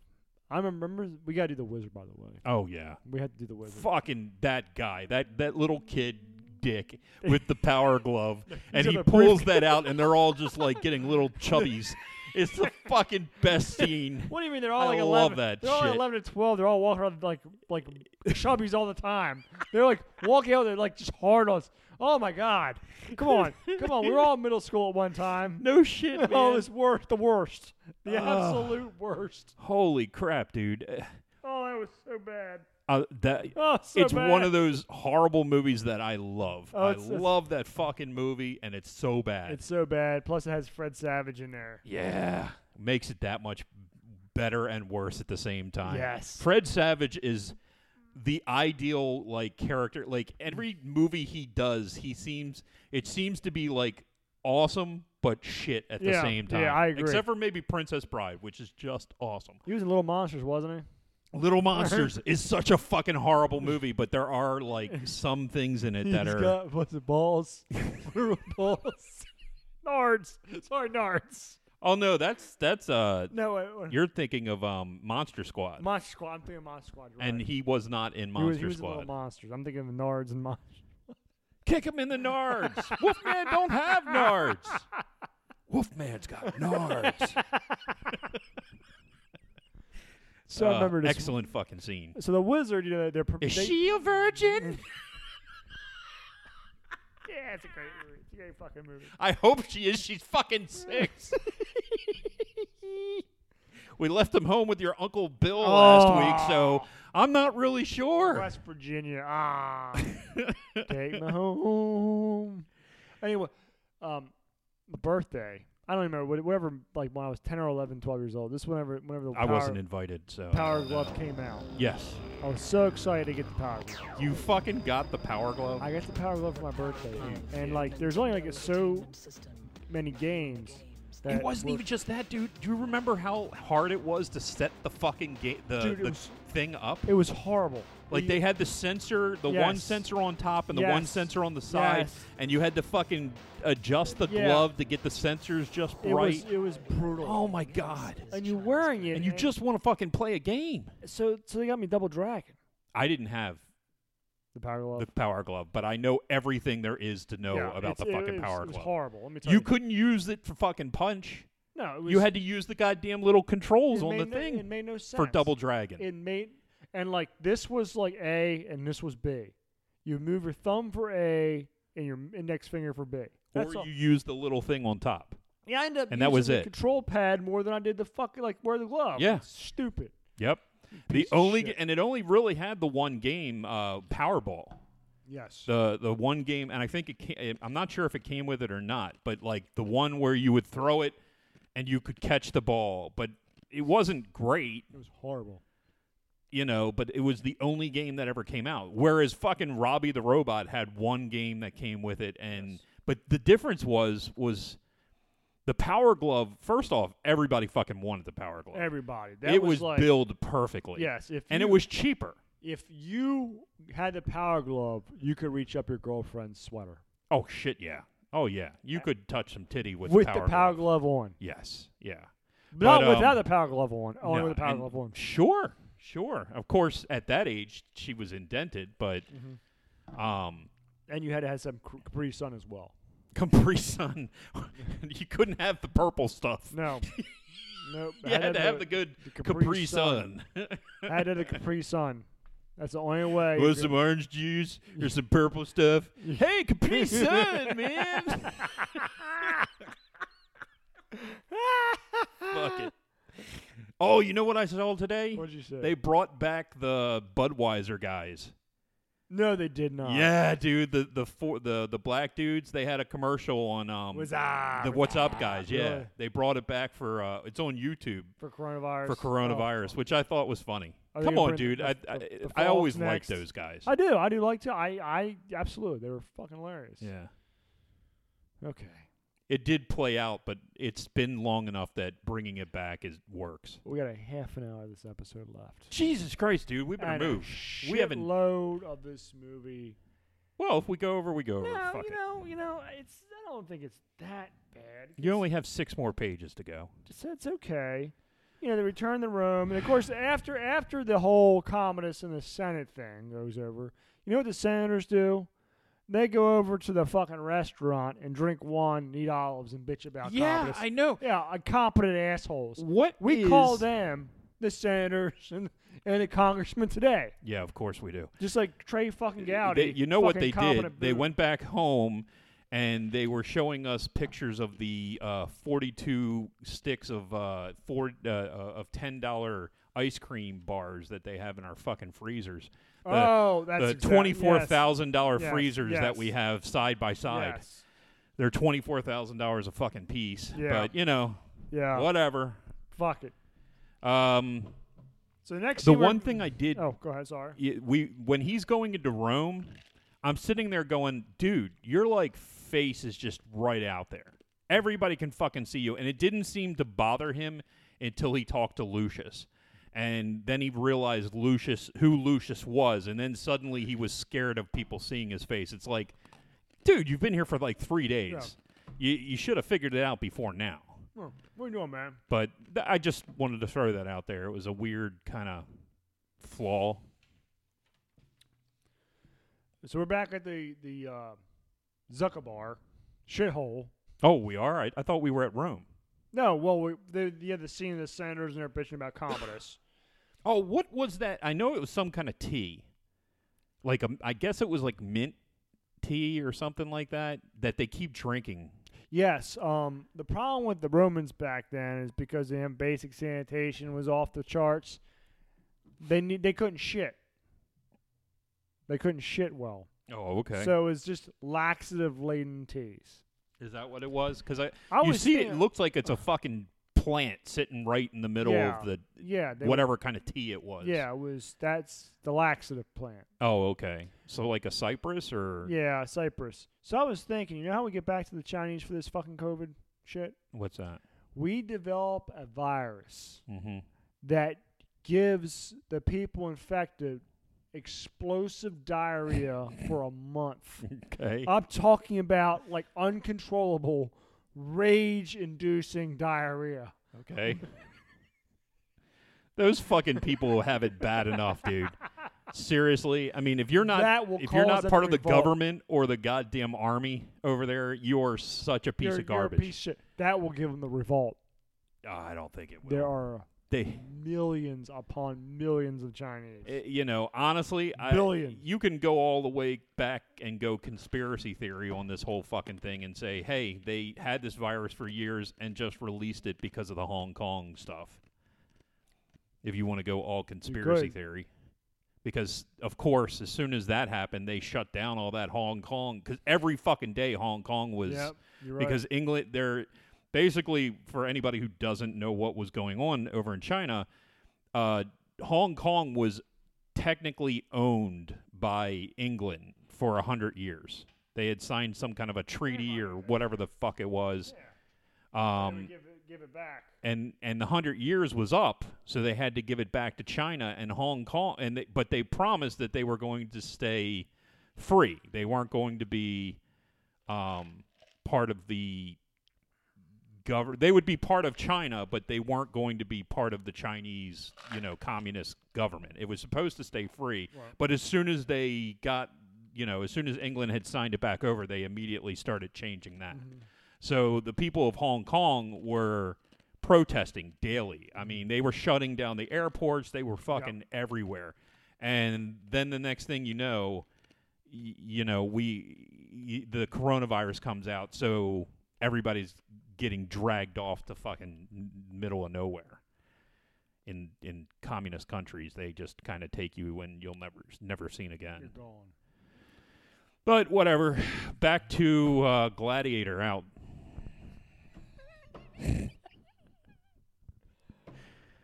[SPEAKER 1] I remember we got to do the Wizard, by the way.
[SPEAKER 2] Oh, yeah.
[SPEAKER 1] We had to do the Wizard.
[SPEAKER 2] Fucking that guy, that, that little kid dick with the power glove.
[SPEAKER 1] He's
[SPEAKER 2] and he
[SPEAKER 1] got a
[SPEAKER 2] pulls that out, and they're all just like getting little chubbies. It's the fucking best scene.
[SPEAKER 1] What do you mean? They're all
[SPEAKER 2] I
[SPEAKER 1] like
[SPEAKER 2] love
[SPEAKER 1] 11.
[SPEAKER 2] that
[SPEAKER 1] they're all
[SPEAKER 2] shit.
[SPEAKER 1] like 11 to 12. They're all walking around like like chubbies all the time. They're like walking out. They're like just hard on us. Oh my god! Come on, come on. We were all in middle school at one time.
[SPEAKER 2] No shit, man.
[SPEAKER 1] oh, it's worst, the worst, the
[SPEAKER 2] Ugh.
[SPEAKER 1] absolute worst.
[SPEAKER 2] Holy crap, dude. Eh,
[SPEAKER 1] Oh, that was so bad.
[SPEAKER 2] Uh, that
[SPEAKER 1] Oh, so
[SPEAKER 2] it's
[SPEAKER 1] bad.
[SPEAKER 2] one of those horrible movies that I love.
[SPEAKER 1] Oh,
[SPEAKER 2] I
[SPEAKER 1] it's- it's-
[SPEAKER 2] love that fucking movie, and it's so bad.
[SPEAKER 1] It's so bad. Plus, it has Fred Savage in there.
[SPEAKER 2] yeah, makes it that much better and worse at the same time.
[SPEAKER 1] Yes.
[SPEAKER 2] Fred Savage is the ideal like character. Like every movie he does, he seems it seems to be like awesome but shit at the
[SPEAKER 1] Yeah,
[SPEAKER 2] same time.
[SPEAKER 1] yeah, I agree.
[SPEAKER 2] Except for maybe Princess Bride, which is just awesome.
[SPEAKER 1] He was in Little Monsters, wasn't he?
[SPEAKER 2] Little Monsters is such a fucking horrible movie, but there are like some things in it that
[SPEAKER 1] He's
[SPEAKER 2] are
[SPEAKER 1] got what's it, balls? What are balls? Nards. Sorry, Nards.
[SPEAKER 2] Oh no, that's that's uh
[SPEAKER 1] No, wait, wait.
[SPEAKER 2] you're thinking of um Monster Squad.
[SPEAKER 1] Monster Squad. I'm thinking Monster Squad. You're
[SPEAKER 2] and
[SPEAKER 1] right.
[SPEAKER 2] he was not
[SPEAKER 1] He was-
[SPEAKER 2] in Monster
[SPEAKER 1] he was in
[SPEAKER 2] Squad.
[SPEAKER 1] Little monsters. I'm thinking of Nards and Monsters.
[SPEAKER 2] Kick him in the nards. Wolfman don't have nards. Wolfman's got nards.
[SPEAKER 1] So I
[SPEAKER 2] Uh,
[SPEAKER 1] remember this.
[SPEAKER 2] excellent fucking scene.
[SPEAKER 1] So the wizard, you know, they're pr-
[SPEAKER 2] Is
[SPEAKER 1] they-
[SPEAKER 2] she a virgin?
[SPEAKER 1] Yeah, it's a great movie. It's a great fucking movie.
[SPEAKER 2] I hope she is. She's fucking six. we left him home with your uncle Bill
[SPEAKER 1] Oh.
[SPEAKER 2] last week, so I'm not really sure.
[SPEAKER 1] West Virginia. Ah, take me home. Anyway, um, the birthday. I don't even remember. what- Whatever, like when I was 10 or 11, 12 years old. This is whenever, whenever the
[SPEAKER 2] I
[SPEAKER 1] power,
[SPEAKER 2] wasn't invited, so
[SPEAKER 1] power glove came out.
[SPEAKER 2] yes.
[SPEAKER 1] I was so excited to get the power glove.
[SPEAKER 2] You fucking got the power glove.
[SPEAKER 1] I got the Power Glove for my birthday, and like, there's only like so many games games. That
[SPEAKER 2] it wasn't
[SPEAKER 1] were-
[SPEAKER 2] even just that, dude. Do you remember how hard it was to set the fucking gate the,
[SPEAKER 1] Dude, it
[SPEAKER 2] the
[SPEAKER 1] was-
[SPEAKER 2] thing up?
[SPEAKER 1] It was horrible.
[SPEAKER 2] Like
[SPEAKER 1] You-
[SPEAKER 2] they had the sensor, the one
[SPEAKER 1] Yes.
[SPEAKER 2] sensor on top and the one
[SPEAKER 1] Yes.
[SPEAKER 2] sensor on the side,
[SPEAKER 1] Yes.
[SPEAKER 2] and you had to fucking adjust the
[SPEAKER 1] Yeah.
[SPEAKER 2] glove to get the sensors just
[SPEAKER 1] it
[SPEAKER 2] right.
[SPEAKER 1] was it was brutal.
[SPEAKER 2] oh my god!
[SPEAKER 1] and you're wearing it,
[SPEAKER 2] And you just want to fucking play a game.
[SPEAKER 1] so so they got me double dragon.
[SPEAKER 2] I didn't have
[SPEAKER 1] The power glove.
[SPEAKER 2] the power glove, but I know everything there is to know
[SPEAKER 1] Yeah,
[SPEAKER 2] about the
[SPEAKER 1] it's- it-
[SPEAKER 2] fucking
[SPEAKER 1] it was-
[SPEAKER 2] power
[SPEAKER 1] It was
[SPEAKER 2] glove.
[SPEAKER 1] horrible. Let me tell you.
[SPEAKER 2] You couldn't use it for fucking punch.
[SPEAKER 1] no. It was,
[SPEAKER 2] You had to use the goddamn little
[SPEAKER 1] it
[SPEAKER 2] controls on
[SPEAKER 1] made
[SPEAKER 2] the
[SPEAKER 1] no-
[SPEAKER 2] thing
[SPEAKER 1] It made no sense
[SPEAKER 2] for Double Dragon.
[SPEAKER 1] It made and like this was like A and this was B. You move your thumb for A and your index finger for B.
[SPEAKER 2] or
[SPEAKER 1] That's
[SPEAKER 2] you
[SPEAKER 1] all.
[SPEAKER 2] use the little thing on top.
[SPEAKER 1] yeah, I ended up
[SPEAKER 2] and that
[SPEAKER 1] using
[SPEAKER 2] was
[SPEAKER 1] the
[SPEAKER 2] it.
[SPEAKER 1] control pad more than I did the fucking like wear the glove.
[SPEAKER 2] Yeah.
[SPEAKER 1] It's stupid.
[SPEAKER 2] Yep.
[SPEAKER 1] Piece
[SPEAKER 2] The
[SPEAKER 1] of
[SPEAKER 2] only
[SPEAKER 1] shit.
[SPEAKER 2] and it only really had the one game, uh, Powerball.
[SPEAKER 1] Yes.
[SPEAKER 2] The the one game, and I think it. Came, I'm not sure if it came with it or not, but like the one where you would throw it and you could catch the ball, but it wasn't great,
[SPEAKER 1] It was horrible.
[SPEAKER 2] you know. But it was the only game that ever came out. Whereas fucking Robbie the Robot had one game that came with it, and but the difference was was the Power Glove. First off, everybody fucking wanted the Power Glove.
[SPEAKER 1] Everybody. That
[SPEAKER 2] it
[SPEAKER 1] was,
[SPEAKER 2] was,
[SPEAKER 1] like
[SPEAKER 2] billed perfectly.
[SPEAKER 1] Yes, if
[SPEAKER 2] and
[SPEAKER 1] you-
[SPEAKER 2] it was cheaper.
[SPEAKER 1] if you had the power glove, you could reach up your girlfriend's sweater
[SPEAKER 2] Oh shit, yeah. Oh yeah, you could touch some titty with,
[SPEAKER 1] with
[SPEAKER 2] the power, glove.
[SPEAKER 1] glove. on.
[SPEAKER 2] Yes, yeah.
[SPEAKER 1] Not
[SPEAKER 2] But, um,
[SPEAKER 1] without the power glove on. Only
[SPEAKER 2] No,
[SPEAKER 1] with the power
[SPEAKER 2] and
[SPEAKER 1] glove on.
[SPEAKER 2] Sure, sure. Of course, at that age, she was indented, but um,
[SPEAKER 1] And you had to have some Cr- Capri Sun as well.
[SPEAKER 2] Capri Sun, you couldn't have the purple stuff.
[SPEAKER 1] No. nope.
[SPEAKER 2] You had to have the good
[SPEAKER 1] the
[SPEAKER 2] Capri,
[SPEAKER 1] Capri
[SPEAKER 2] Sun.
[SPEAKER 1] I had to the Capri Sun. That's the only way.
[SPEAKER 2] Was
[SPEAKER 1] you're
[SPEAKER 2] some orange juice or some purple stuff? Hey, Capri Sun, man. Fuck it. Oh, you know what I saw today?
[SPEAKER 1] gonna- What'd you say?
[SPEAKER 2] They brought back the Budweiser guys.
[SPEAKER 1] no, they did not.
[SPEAKER 2] yeah, dude, the the four, the the black dudes. They had a commercial on um
[SPEAKER 1] Was ah,
[SPEAKER 2] the What's Up guys. Yeah,
[SPEAKER 1] Really?
[SPEAKER 2] they brought it back for uh, it's on YouTube
[SPEAKER 1] for coronavirus.
[SPEAKER 2] for coronavirus, which I thought was funny.
[SPEAKER 1] Are they
[SPEAKER 2] Come
[SPEAKER 1] gonna
[SPEAKER 2] on,
[SPEAKER 1] bring
[SPEAKER 2] dude.
[SPEAKER 1] the-
[SPEAKER 2] I
[SPEAKER 1] the-
[SPEAKER 2] I,
[SPEAKER 1] the
[SPEAKER 2] I always
[SPEAKER 1] frogs
[SPEAKER 2] like
[SPEAKER 1] next?
[SPEAKER 2] those guys.
[SPEAKER 1] Oh. I do. I do like to. I. I absolutely. They were fucking hilarious.
[SPEAKER 2] yeah,
[SPEAKER 1] Okay.
[SPEAKER 2] it did play out, but it's been long enough that bringing it back is works.
[SPEAKER 1] We got a half an hour of this episode left.
[SPEAKER 2] Jesus Christ, dude, we better
[SPEAKER 1] And a
[SPEAKER 2] move. We haven't.
[SPEAKER 1] Load of this movie.
[SPEAKER 2] Well, if we go over, we go over.
[SPEAKER 1] No,
[SPEAKER 2] Fuck
[SPEAKER 1] you
[SPEAKER 2] it.
[SPEAKER 1] know, you know, it's. I don't think it's that bad.
[SPEAKER 2] You only have six more pages to go.
[SPEAKER 1] so it's okay. You know, they return the room, and of course, after after the whole Commodus and the Senate thing goes over, you know what the senators do? They go over to the fucking restaurant and drink wine, and eat olives, and bitch about Commodus.
[SPEAKER 2] know.
[SPEAKER 1] yeah, incompetent assholes.
[SPEAKER 2] What
[SPEAKER 1] We call
[SPEAKER 2] is-
[SPEAKER 1] them the senators and, and the congressmen today,
[SPEAKER 2] Yeah, of course we do.
[SPEAKER 1] just like Trey fucking Gowdy.
[SPEAKER 2] They- you know what they
[SPEAKER 1] fucking
[SPEAKER 2] did?
[SPEAKER 1] competent
[SPEAKER 2] They
[SPEAKER 1] boob.
[SPEAKER 2] went back home and they were showing us pictures of the uh, 42 sticks of uh, four uh, uh, of ten dollar ice cream bars that they have in our fucking freezers. The,
[SPEAKER 1] oh, that's
[SPEAKER 2] the
[SPEAKER 1] exact-
[SPEAKER 2] twenty four thousand dollar
[SPEAKER 1] Yes,
[SPEAKER 2] freezers
[SPEAKER 1] yes.
[SPEAKER 2] that we have side by
[SPEAKER 1] yes,
[SPEAKER 2] side.
[SPEAKER 1] yes.
[SPEAKER 2] They're twenty four thousand dollars a fucking piece.
[SPEAKER 1] Yeah.
[SPEAKER 2] But you know,
[SPEAKER 1] Yeah,
[SPEAKER 2] whatever.
[SPEAKER 1] fuck it.
[SPEAKER 2] Um,
[SPEAKER 1] So the next
[SPEAKER 2] the
[SPEAKER 1] scene we're-
[SPEAKER 2] one thing I did
[SPEAKER 1] Oh, go ahead. Sorry.
[SPEAKER 2] y- we when he's going into Rome, I'm sitting there going, dude, your like face is just right out there. Everybody can fucking see you, and it didn't seem to bother him until he talked to Lucius, and then he realized Lucius who Lucius was, and then suddenly he was scared of people seeing his face. It's like, dude, you've been here for like three days. You you should have figured it out before now.
[SPEAKER 1] Oh, what are you doing, man?
[SPEAKER 2] But th- I just wanted to throw that out there. It was a weird kind of flaw.
[SPEAKER 1] So we're back at the the uh, Zucca bar shithole.
[SPEAKER 2] Oh, we are. I, I thought we were at Rome.
[SPEAKER 1] No, well, we, they, you had the scene of the senators and they're bitching about Commodus.
[SPEAKER 2] Oh, what was that? I know it was some kind of tea, like a, I guess it was like mint tea or something like that that they keep drinking.
[SPEAKER 1] yes. Um, the problem with the Romans back then is because damn basic sanitation was off the charts. They need they couldn't shit. They couldn't shit well.
[SPEAKER 2] Oh, okay.
[SPEAKER 1] So it's just laxative laden teas.
[SPEAKER 2] is that what it was? Because I,
[SPEAKER 1] I
[SPEAKER 2] you
[SPEAKER 1] was
[SPEAKER 2] see, it
[SPEAKER 1] thinking-
[SPEAKER 2] looks like it's a fucking plant sitting right in the middle
[SPEAKER 1] yeah.
[SPEAKER 2] of the
[SPEAKER 1] yeah they were-
[SPEAKER 2] whatever kind of tea it was.
[SPEAKER 1] Yeah, it was that's the laxative plant.
[SPEAKER 2] Oh, okay. So like a cypress or
[SPEAKER 1] Yeah, Cyprus. So I was thinking, you know how we get back to the Chinese for this fucking COVID? shit.
[SPEAKER 2] What's that?
[SPEAKER 1] We develop a virus
[SPEAKER 2] Mm-hmm.
[SPEAKER 1] that gives the people infected explosive diarrhea for a month.
[SPEAKER 2] Okay.
[SPEAKER 1] I'm talking about like uncontrollable, rage inducing diarrhea.
[SPEAKER 2] Okay. Those fucking people have it bad enough, dude. Seriously, I mean, if you're not
[SPEAKER 1] That will
[SPEAKER 2] if you're
[SPEAKER 1] cause
[SPEAKER 2] not
[SPEAKER 1] a
[SPEAKER 2] part of the
[SPEAKER 1] revolt.
[SPEAKER 2] government or the goddamn army over there, you are such a piece
[SPEAKER 1] You're-
[SPEAKER 2] of
[SPEAKER 1] you're a
[SPEAKER 2] garbage.
[SPEAKER 1] piece of shit. That will give them the revolt.
[SPEAKER 2] Ah, I don't think it will.
[SPEAKER 1] There are
[SPEAKER 2] they,
[SPEAKER 1] millions upon millions of Chinese.
[SPEAKER 2] eh, you know, honestly, I,
[SPEAKER 1] Billions.
[SPEAKER 2] you can go all the way back and go conspiracy theory on this whole fucking thing and say, hey, they had this virus for years and just released it because of the Hong Kong stuff. If you want to go all conspiracy
[SPEAKER 1] could.
[SPEAKER 2] theory. Because of course, as soon as that happened, they shut down all that Hong Kong. Because every fucking day, Hong Kong was
[SPEAKER 1] Yep, you're right.
[SPEAKER 2] because England they're basically for anybody who doesn't know what was going on over in China, uh, Hong Kong was technically owned by England for a hundred years. They had signed some
[SPEAKER 1] Oh
[SPEAKER 2] kind of a treaty or whatever the fuck it was. Um,
[SPEAKER 1] give, it, give it back.
[SPEAKER 2] and and the hundred years was up, so they had to give it back to China and Hong Kong. And they, but they promised that they were going to stay free. They weren't going to be um, part of the govern. They would be part of China, but they weren't going to be part of the Chinese, you know, communist government. It was supposed to stay free, but as soon as they got, you know, as soon as England had signed it back over, they immediately started changing that. So the people of Hong Kong were protesting daily. I mean, they were shutting down the airports. They were fucking everywhere. And then the next thing you know, y- you know, we y- the coronavirus comes out, so everybody's getting dragged off to fucking n- middle of nowhere. In in communist countries, they just kind of take you and you'll never never seen
[SPEAKER 1] You're
[SPEAKER 2] again.
[SPEAKER 1] gone.
[SPEAKER 2] But whatever. Back to uh, Gladiator out.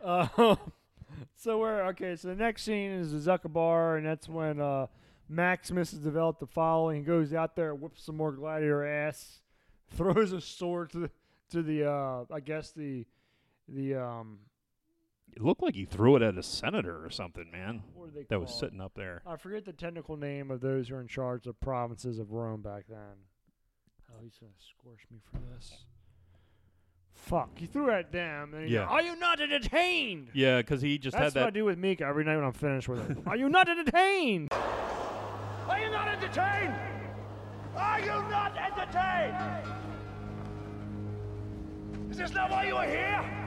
[SPEAKER 1] Uh, so we're okay. So the next scene is the Zucker bar, and that's when uh, Maximus has developed the following. He goes out there, whips some more gladiator ass, throws a sword to the, to the uh, I guess the the um
[SPEAKER 2] It looked like he threw it at a senator or something, man.
[SPEAKER 1] what are they
[SPEAKER 2] That was
[SPEAKER 1] called?
[SPEAKER 2] sitting up there.
[SPEAKER 1] I forget the technical name of those who are in charge of provinces of Rome back then. Oh, he's gonna scorch me for this. Fuck! He threw it at them. And he
[SPEAKER 2] Yeah.
[SPEAKER 1] Goes, Are you not detained?
[SPEAKER 2] Yeah, because he just
[SPEAKER 1] That's
[SPEAKER 2] had
[SPEAKER 1] what I
[SPEAKER 2] that.
[SPEAKER 1] do with Mika every night when I'm finished with her. Are you not entertained?
[SPEAKER 4] Are you not entertained? Are you not entertained? Is this not why you are here?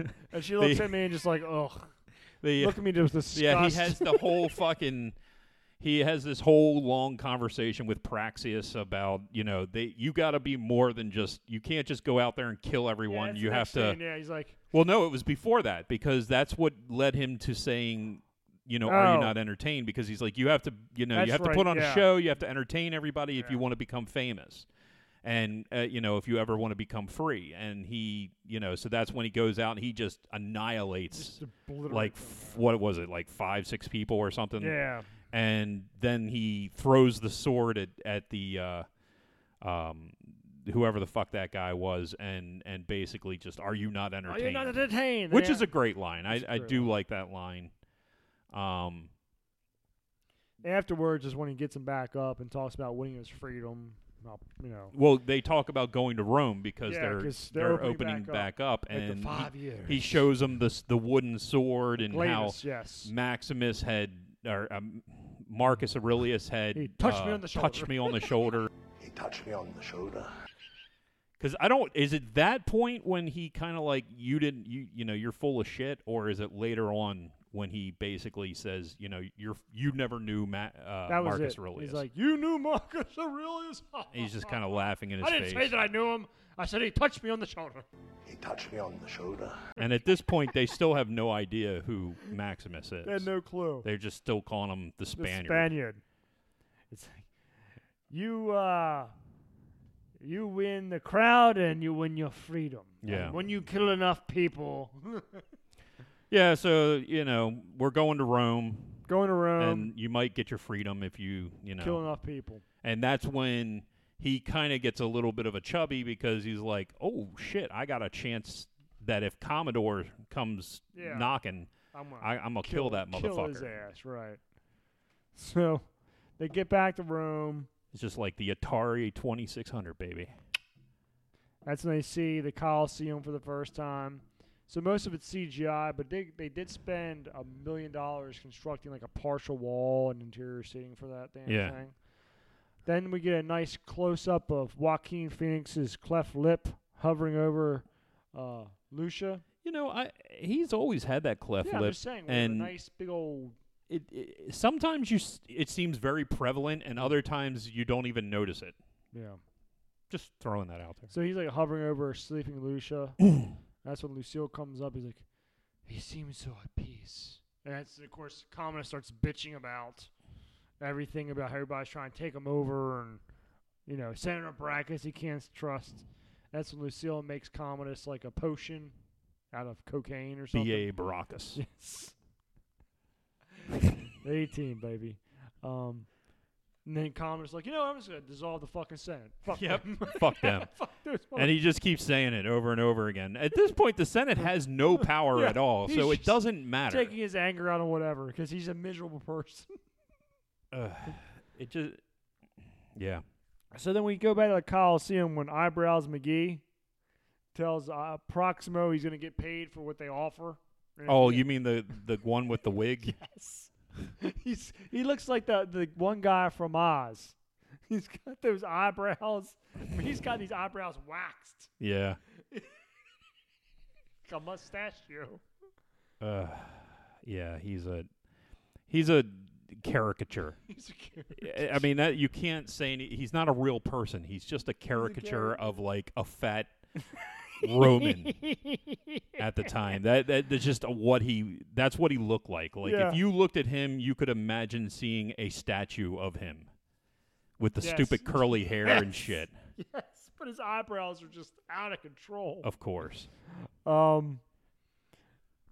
[SPEAKER 1] And she looks
[SPEAKER 2] The-
[SPEAKER 1] at me and just like, ugh.
[SPEAKER 2] the-
[SPEAKER 1] Look at me just disgust.
[SPEAKER 2] yeah, he has the whole fucking. He has this whole long conversation with Praxius about you know they you got to be more than just you can't just go out there and kill everyone.
[SPEAKER 1] that's
[SPEAKER 2] you
[SPEAKER 1] the
[SPEAKER 2] have
[SPEAKER 1] next
[SPEAKER 2] to.
[SPEAKER 1] scene, Yeah, he's like,
[SPEAKER 2] Well, no, it was before that because that's what led him to saying, you know, are you
[SPEAKER 1] Oh.
[SPEAKER 2] not entertained? Because he's like, you have to, you know,
[SPEAKER 1] That's
[SPEAKER 2] you have to
[SPEAKER 1] right,
[SPEAKER 2] put on
[SPEAKER 1] yeah.
[SPEAKER 2] a show, you have to entertain everybody if you want to become famous, and uh, you know, if you ever want to become free. And he, you know, so that's when he goes out and he just annihilates,
[SPEAKER 1] just obliterate
[SPEAKER 2] like,
[SPEAKER 1] them.
[SPEAKER 2] f- what was it, like five, six people or something?
[SPEAKER 1] yeah,
[SPEAKER 2] and then he throws the sword at at the uh, um, whoever the fuck that guy was, and and basically just, are you not
[SPEAKER 1] are
[SPEAKER 2] entertained?
[SPEAKER 1] you not entertained?
[SPEAKER 2] which
[SPEAKER 1] Yeah.
[SPEAKER 2] is a great line. I,
[SPEAKER 1] It's a
[SPEAKER 2] I
[SPEAKER 1] great
[SPEAKER 2] do
[SPEAKER 1] line.
[SPEAKER 2] like that line. Um,
[SPEAKER 1] afterwards is when he gets him back up and talks about winning his freedom. uh, You know,
[SPEAKER 2] well, they talk about going to Rome because
[SPEAKER 1] Yeah,
[SPEAKER 2] they're
[SPEAKER 1] 'cause
[SPEAKER 2] they're,
[SPEAKER 1] they're
[SPEAKER 2] opening
[SPEAKER 1] opening
[SPEAKER 2] back,
[SPEAKER 1] back
[SPEAKER 2] up,
[SPEAKER 1] after
[SPEAKER 2] and
[SPEAKER 1] five
[SPEAKER 2] he,
[SPEAKER 1] years.
[SPEAKER 2] he shows them the s- the wooden sword and how
[SPEAKER 1] Glatus, yes.
[SPEAKER 2] Maximus had or um, Marcus Aurelius had
[SPEAKER 1] He touched me
[SPEAKER 2] uh,
[SPEAKER 1] on the
[SPEAKER 2] touched
[SPEAKER 1] shoulder.
[SPEAKER 2] me on the shoulder.
[SPEAKER 3] He touched me on the shoulder.
[SPEAKER 2] Because I don't. Is it that point when he kind of like you didn't you you know you're full of shit, or is it later on when he basically says you know you're you never knew Ma- uh,
[SPEAKER 1] That was
[SPEAKER 2] Marcus
[SPEAKER 1] it.
[SPEAKER 2] Aurelius?
[SPEAKER 1] He's like, you knew Marcus Aurelius.
[SPEAKER 2] And he's just kind of laughing in his
[SPEAKER 1] I didn't
[SPEAKER 2] face.
[SPEAKER 1] say that I knew him. I said he touched me on the shoulder.
[SPEAKER 3] He touched me on the shoulder.
[SPEAKER 2] And at this point, they still have no idea who Maximus is.
[SPEAKER 1] They had no clue.
[SPEAKER 2] They're just still calling him the
[SPEAKER 1] the Spaniard.
[SPEAKER 2] Spaniard.
[SPEAKER 1] It's like you uh you win the crowd and you win your freedom. And
[SPEAKER 2] Yeah.
[SPEAKER 1] when you kill enough people,
[SPEAKER 2] yeah, so you know we're going to Rome
[SPEAKER 1] Going to Rome,
[SPEAKER 2] and you might get your freedom if you you know.
[SPEAKER 1] Um, kill enough people.
[SPEAKER 2] and that's when he kind of gets a little bit of a chubby because he's like, "Oh shit, I got a chance that if Commodore comes
[SPEAKER 1] Yeah.
[SPEAKER 2] knocking,
[SPEAKER 1] I'm gonna
[SPEAKER 2] I, I'm gonna kill, that motherfucker."
[SPEAKER 1] Kill his ass, right? So they get back to Rome.
[SPEAKER 2] It's just like the Atari 2600, baby.
[SPEAKER 1] That's when they see the Colosseum for the first time. So most of it's CGI, but they they did spend a million dollars constructing like a partial wall and interior seating for that damn
[SPEAKER 2] Yeah.
[SPEAKER 1] thing. Then we get a nice close up of Joaquin Phoenix's cleft lip hovering over uh, Lucia.
[SPEAKER 2] You know, I he's always had that cleft
[SPEAKER 1] yeah, I'm
[SPEAKER 2] lip,
[SPEAKER 1] just saying, we have a
[SPEAKER 2] and
[SPEAKER 1] nice big old
[SPEAKER 2] it, it, sometimes you s- it seems very prevalent, and other times you don't even notice it.
[SPEAKER 1] yeah.
[SPEAKER 2] Just throwing that out there.
[SPEAKER 1] So he's like hovering over sleeping Lucia. that's when Lucille comes up. He's like, he seems so at peace. And that's, of course, Kamina starts bitching about everything about how everybody's trying to take him over and, you know, Senator Brackus he can't trust. That's when Lucille makes Commodus like a potion out of cocaine or something.
[SPEAKER 2] B.A. Baracus.
[SPEAKER 1] Yes. 18, baby. Um, and then Commodus like, you know, I'm just going to dissolve the fucking Senate. Fuck
[SPEAKER 2] Yep.
[SPEAKER 1] them.
[SPEAKER 2] Fuck them.
[SPEAKER 1] Fuck those
[SPEAKER 2] And he just keeps saying it over and over again. At this point, the Senate has no power
[SPEAKER 1] Yeah,
[SPEAKER 2] at all,
[SPEAKER 1] he's
[SPEAKER 2] so it
[SPEAKER 1] just
[SPEAKER 2] doesn't matter.
[SPEAKER 1] taking his anger out on whatever because he's a miserable person.
[SPEAKER 2] Ugh. it just, yeah.
[SPEAKER 1] So then we go back to the Coliseum when Eyebrows McGee tells uh, Proximo he's going to get paid for what they offer. And if
[SPEAKER 2] Oh,
[SPEAKER 1] he-
[SPEAKER 2] you mean the the one with the wig?
[SPEAKER 1] Yes. he's he looks like the the one guy from Oz. He's got those eyebrows. I mean, he's got these eyebrows waxed,
[SPEAKER 2] Yeah.
[SPEAKER 1] like a mustachio.
[SPEAKER 2] Uh, yeah. He's a he's a caricature.
[SPEAKER 1] He's a character.
[SPEAKER 2] I- I mean that you can't say any, he's not a real person. He's just a caricature
[SPEAKER 1] caricature.
[SPEAKER 2] of like a fat Roman at the time. That, that that's just what he that's what he looked like. Like
[SPEAKER 1] Yeah.
[SPEAKER 2] if you looked at him, you could imagine seeing a statue of him with the
[SPEAKER 1] Yes.
[SPEAKER 2] stupid curly hair and shit.
[SPEAKER 1] yes, but his eyebrows are just out of control.
[SPEAKER 2] Of course.
[SPEAKER 1] Um,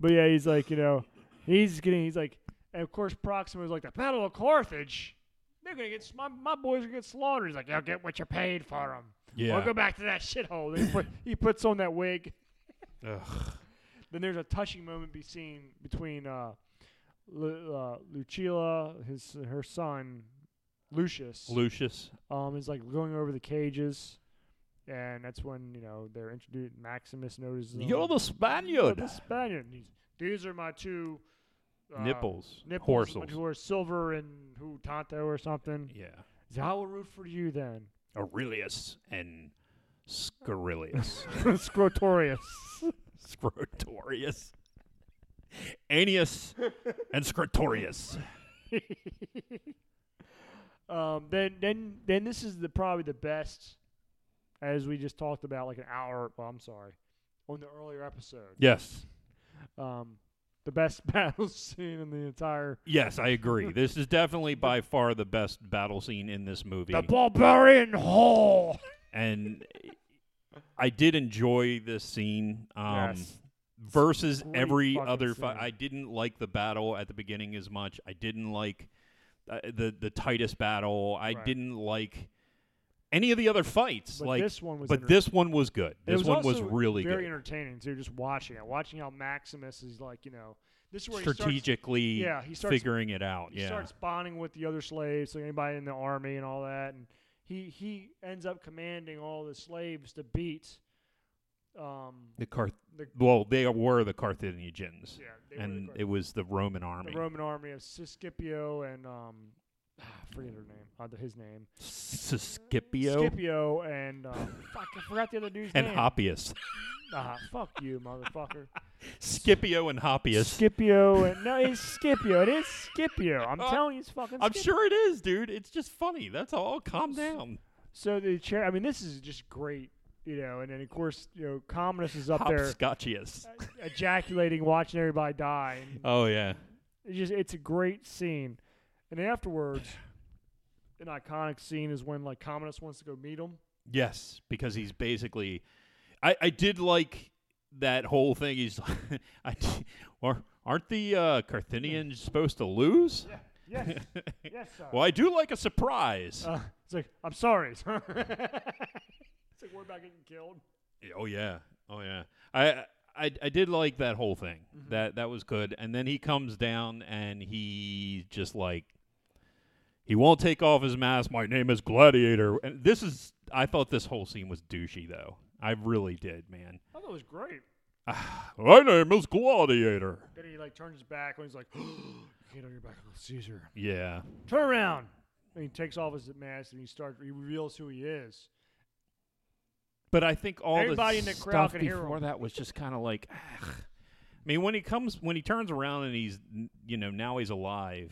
[SPEAKER 1] but yeah, he's like, you know, he's getting, he's like, and of course, Proxima was like, the Battle of Carthage. They're gonna get my, my boys are gonna get slaughtered. He's like, y'all get what you paid for them.
[SPEAKER 2] Yeah.
[SPEAKER 1] We'll go back to that shithole. Then He, put, he puts on that wig.
[SPEAKER 2] Ugh.
[SPEAKER 1] Then there's a touching moment be seen between uh, Lu- uh, Lucilla, his her son, Lucius.
[SPEAKER 2] Lucius.
[SPEAKER 1] um, is like going over the cages, and that's when you know they're introduced. Maximus notices. them.
[SPEAKER 2] You're the
[SPEAKER 1] Oh,
[SPEAKER 2] Spaniard.
[SPEAKER 1] the Spaniard. And he's- These are my two uh,
[SPEAKER 2] nipples.
[SPEAKER 1] nipples,
[SPEAKER 2] Horsels.
[SPEAKER 1] who are silver and who Tonto or something.
[SPEAKER 2] Yeah.
[SPEAKER 1] He's like, I will root for you then,
[SPEAKER 2] Aurelius and Scarilius.
[SPEAKER 1] Scrotorius.
[SPEAKER 2] Scrotorius. Aeneas and Scrotorius.
[SPEAKER 1] um, then, then, then this is the probably the best, as we just talked about, like an hour. Well, I'm sorry, on the earlier episode.
[SPEAKER 2] Yes.
[SPEAKER 1] Um, the best battle scene in the entire.
[SPEAKER 2] Yes, I agree. This is definitely by far the best battle scene in this movie.
[SPEAKER 1] The barbarian hall.
[SPEAKER 2] and I did enjoy this scene. Um versus
[SPEAKER 1] Great
[SPEAKER 2] every
[SPEAKER 1] fucking
[SPEAKER 2] other fight.
[SPEAKER 1] scene.
[SPEAKER 2] I didn't like the battle at the beginning as much. I didn't like uh, the the Titus battle. I
[SPEAKER 1] Right.
[SPEAKER 2] didn't like any of the other fights.
[SPEAKER 1] But
[SPEAKER 2] like
[SPEAKER 1] this one was
[SPEAKER 2] But
[SPEAKER 1] entertaining.
[SPEAKER 2] this one was good.
[SPEAKER 1] It
[SPEAKER 2] This one was
[SPEAKER 1] also
[SPEAKER 2] really
[SPEAKER 1] very
[SPEAKER 2] good.
[SPEAKER 1] entertaining too. Just watching it, watching how Maximus is like, you know, this is where
[SPEAKER 2] Strategically
[SPEAKER 1] yeah, he starts-
[SPEAKER 2] figuring it out.
[SPEAKER 1] He starts, he
[SPEAKER 2] yeah.
[SPEAKER 1] starts bonding with the other slaves, like anybody in the army and all that, and he he ends up commanding all the slaves to beat. Um,
[SPEAKER 2] the Carth
[SPEAKER 1] the-
[SPEAKER 2] well, they were the Carthaginians.
[SPEAKER 1] yeah, they were
[SPEAKER 2] and
[SPEAKER 1] the,
[SPEAKER 2] it was the Roman army.
[SPEAKER 1] the Roman army of Scipio and um, I forget her name, uh, his name,
[SPEAKER 2] Scipio
[SPEAKER 1] Scipio and um, fuck, I forgot the other dude's
[SPEAKER 2] and
[SPEAKER 1] name.
[SPEAKER 2] Hoppius.
[SPEAKER 1] Ah, fuck you, motherfucker.
[SPEAKER 2] Scipio and Hoppius.
[SPEAKER 1] Scipio and no, it's Scipio. It is Scipio. I'm
[SPEAKER 2] Uh,
[SPEAKER 1] telling you, it's fucking.
[SPEAKER 2] I'm
[SPEAKER 1] Scipio.
[SPEAKER 2] sure it is, dude. It's just funny. That's all. Calm down.
[SPEAKER 1] So the chair. I mean, this is just great, you know. And then of course, you know, Commodus is up there Uh,
[SPEAKER 2] Hopscotchius.
[SPEAKER 1] ejaculating, watching everybody die. And
[SPEAKER 2] Oh yeah.
[SPEAKER 1] it's just, it's a great scene. And afterwards, an iconic scene is when like Commodus wants to go meet him.
[SPEAKER 2] Yes, because he's basically. I I did like that whole thing. He's like, I, or aren't the uh, Carthaginians supposed to lose?
[SPEAKER 1] Yes, yes, sir.
[SPEAKER 2] Well, I do like a surprise.
[SPEAKER 1] Uh, it's like, I'm sorry. it's like, we're about getting killed.
[SPEAKER 2] Yeah, Oh yeah, oh yeah. I I, I did like that whole thing.
[SPEAKER 1] Mm-hmm.
[SPEAKER 2] That that was good. And then he comes down and he just like he won't take off his mask. My name is Gladiator. And this is I thought this whole scene was douchey though. I really did, man.
[SPEAKER 1] I thought it was great.
[SPEAKER 2] My name is Gladiator.
[SPEAKER 1] Then he like turns his back when he's like, you can't turn your back on Caesar.
[SPEAKER 2] Yeah.
[SPEAKER 1] Turn around. And he takes off his mask and he starts, he reveals who he is.
[SPEAKER 2] But I think all
[SPEAKER 1] Everybody
[SPEAKER 2] the
[SPEAKER 1] in the
[SPEAKER 2] stuff
[SPEAKER 1] crowd can hear
[SPEAKER 2] before
[SPEAKER 1] him.
[SPEAKER 2] that was just kind of like, "Ugh." I mean, when he comes, when he turns around and he's, you know, now he's alive.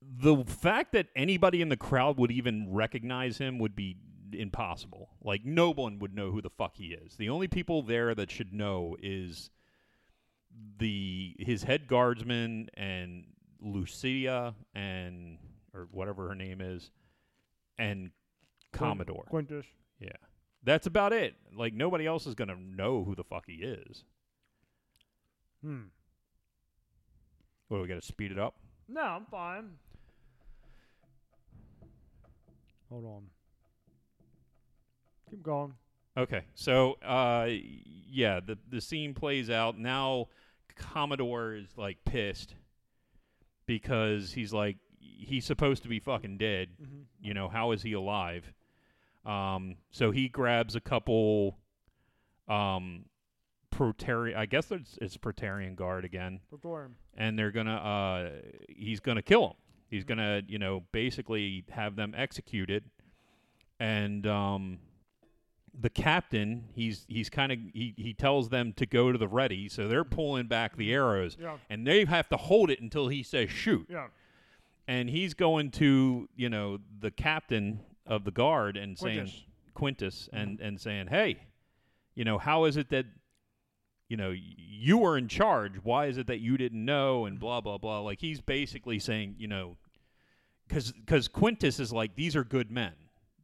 [SPEAKER 2] The fact that anybody in the crowd would even recognize him would be impossible. Like no one would know who the fuck he is. The only people there that should know is the his head guardsman and Lucia and or whatever her name is and Commodore.
[SPEAKER 1] Quintus.
[SPEAKER 2] Yeah. That's about it. Like nobody else is going to know who the fuck he is.
[SPEAKER 1] Hmm.
[SPEAKER 2] What, we got to speed it up?
[SPEAKER 1] No, I'm fine. Hold on. Keep going.
[SPEAKER 2] Okay. So, uh yeah, the the scene plays out. Now Commodore is like pissed because he's like he's supposed to be fucking dead. You know, how is he alive? Um so he grabs a couple um Protarian I guess it's it's Protarian guard again.
[SPEAKER 1] Perform.
[SPEAKER 2] and they're gonna uh, he's gonna kill him. He's gonna you know basically have them executed, and um, the captain he's he's kind of he he tells them to go to the ready, so they're pulling back the arrows,
[SPEAKER 1] Yeah.
[SPEAKER 2] and they have to hold it until he says shoot,
[SPEAKER 1] Yeah.
[SPEAKER 2] and he's going to you know the captain of the guard and saying
[SPEAKER 1] Quintus. Mm-hmm.
[SPEAKER 2] Quintus and and saying hey, you know how is it that you know, y- you were in charge. Why is it that you didn't know?
[SPEAKER 1] Mm-hmm.
[SPEAKER 2] And blah blah blah. Like he's basically saying, you know, because Quintus is like, these are good men.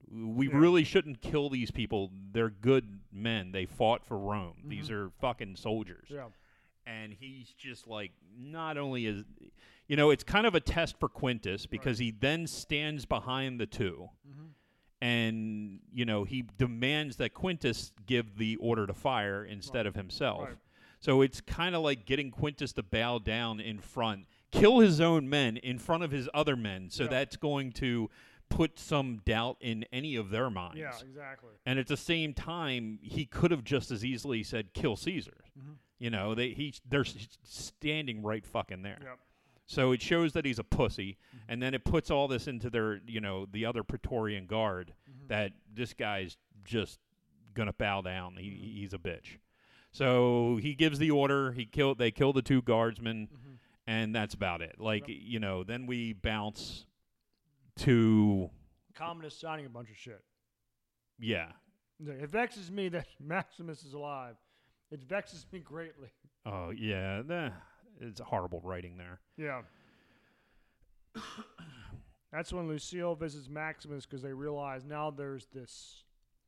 [SPEAKER 2] We really shouldn't kill these people. They're good men. They fought for Rome. These are fucking soldiers.
[SPEAKER 1] Mm-hmm. Yeah.
[SPEAKER 2] And he's just like, not only is, you know, it's kind of a test for Quintus because he then stands behind the 2
[SPEAKER 1] Mm-hmm.
[SPEAKER 2] And, you know, he demands that Quintus give the order to fire instead of himself.
[SPEAKER 1] Right.
[SPEAKER 2] So it's kind of like getting Quintus to bow down in front, kill his own men in front of his other men. So that's going to put some doubt in any of their minds.
[SPEAKER 1] Yeah, exactly.
[SPEAKER 2] And at the same time, he could have just as easily said, "Kill Caesar." You know, they he they're s- standing right fucking there.
[SPEAKER 1] Yep.
[SPEAKER 2] So it shows that he's a pussy, and then it puts all this into their, you know, the other Praetorian guard that this guy's just gonna bow down. He, He's a bitch. So he gives the order. He kill. They kill the two guardsmen, and that's about it. Like you know, then we bounce to
[SPEAKER 1] Commodus signing a bunch of shit.
[SPEAKER 2] yeah.
[SPEAKER 1] He's like, It vexes me that Maximus is alive. It vexes me greatly.
[SPEAKER 2] Oh yeah, nah, it's horrible writing there.
[SPEAKER 1] Yeah. That's when Lucille visits Maximus because they realize now there's this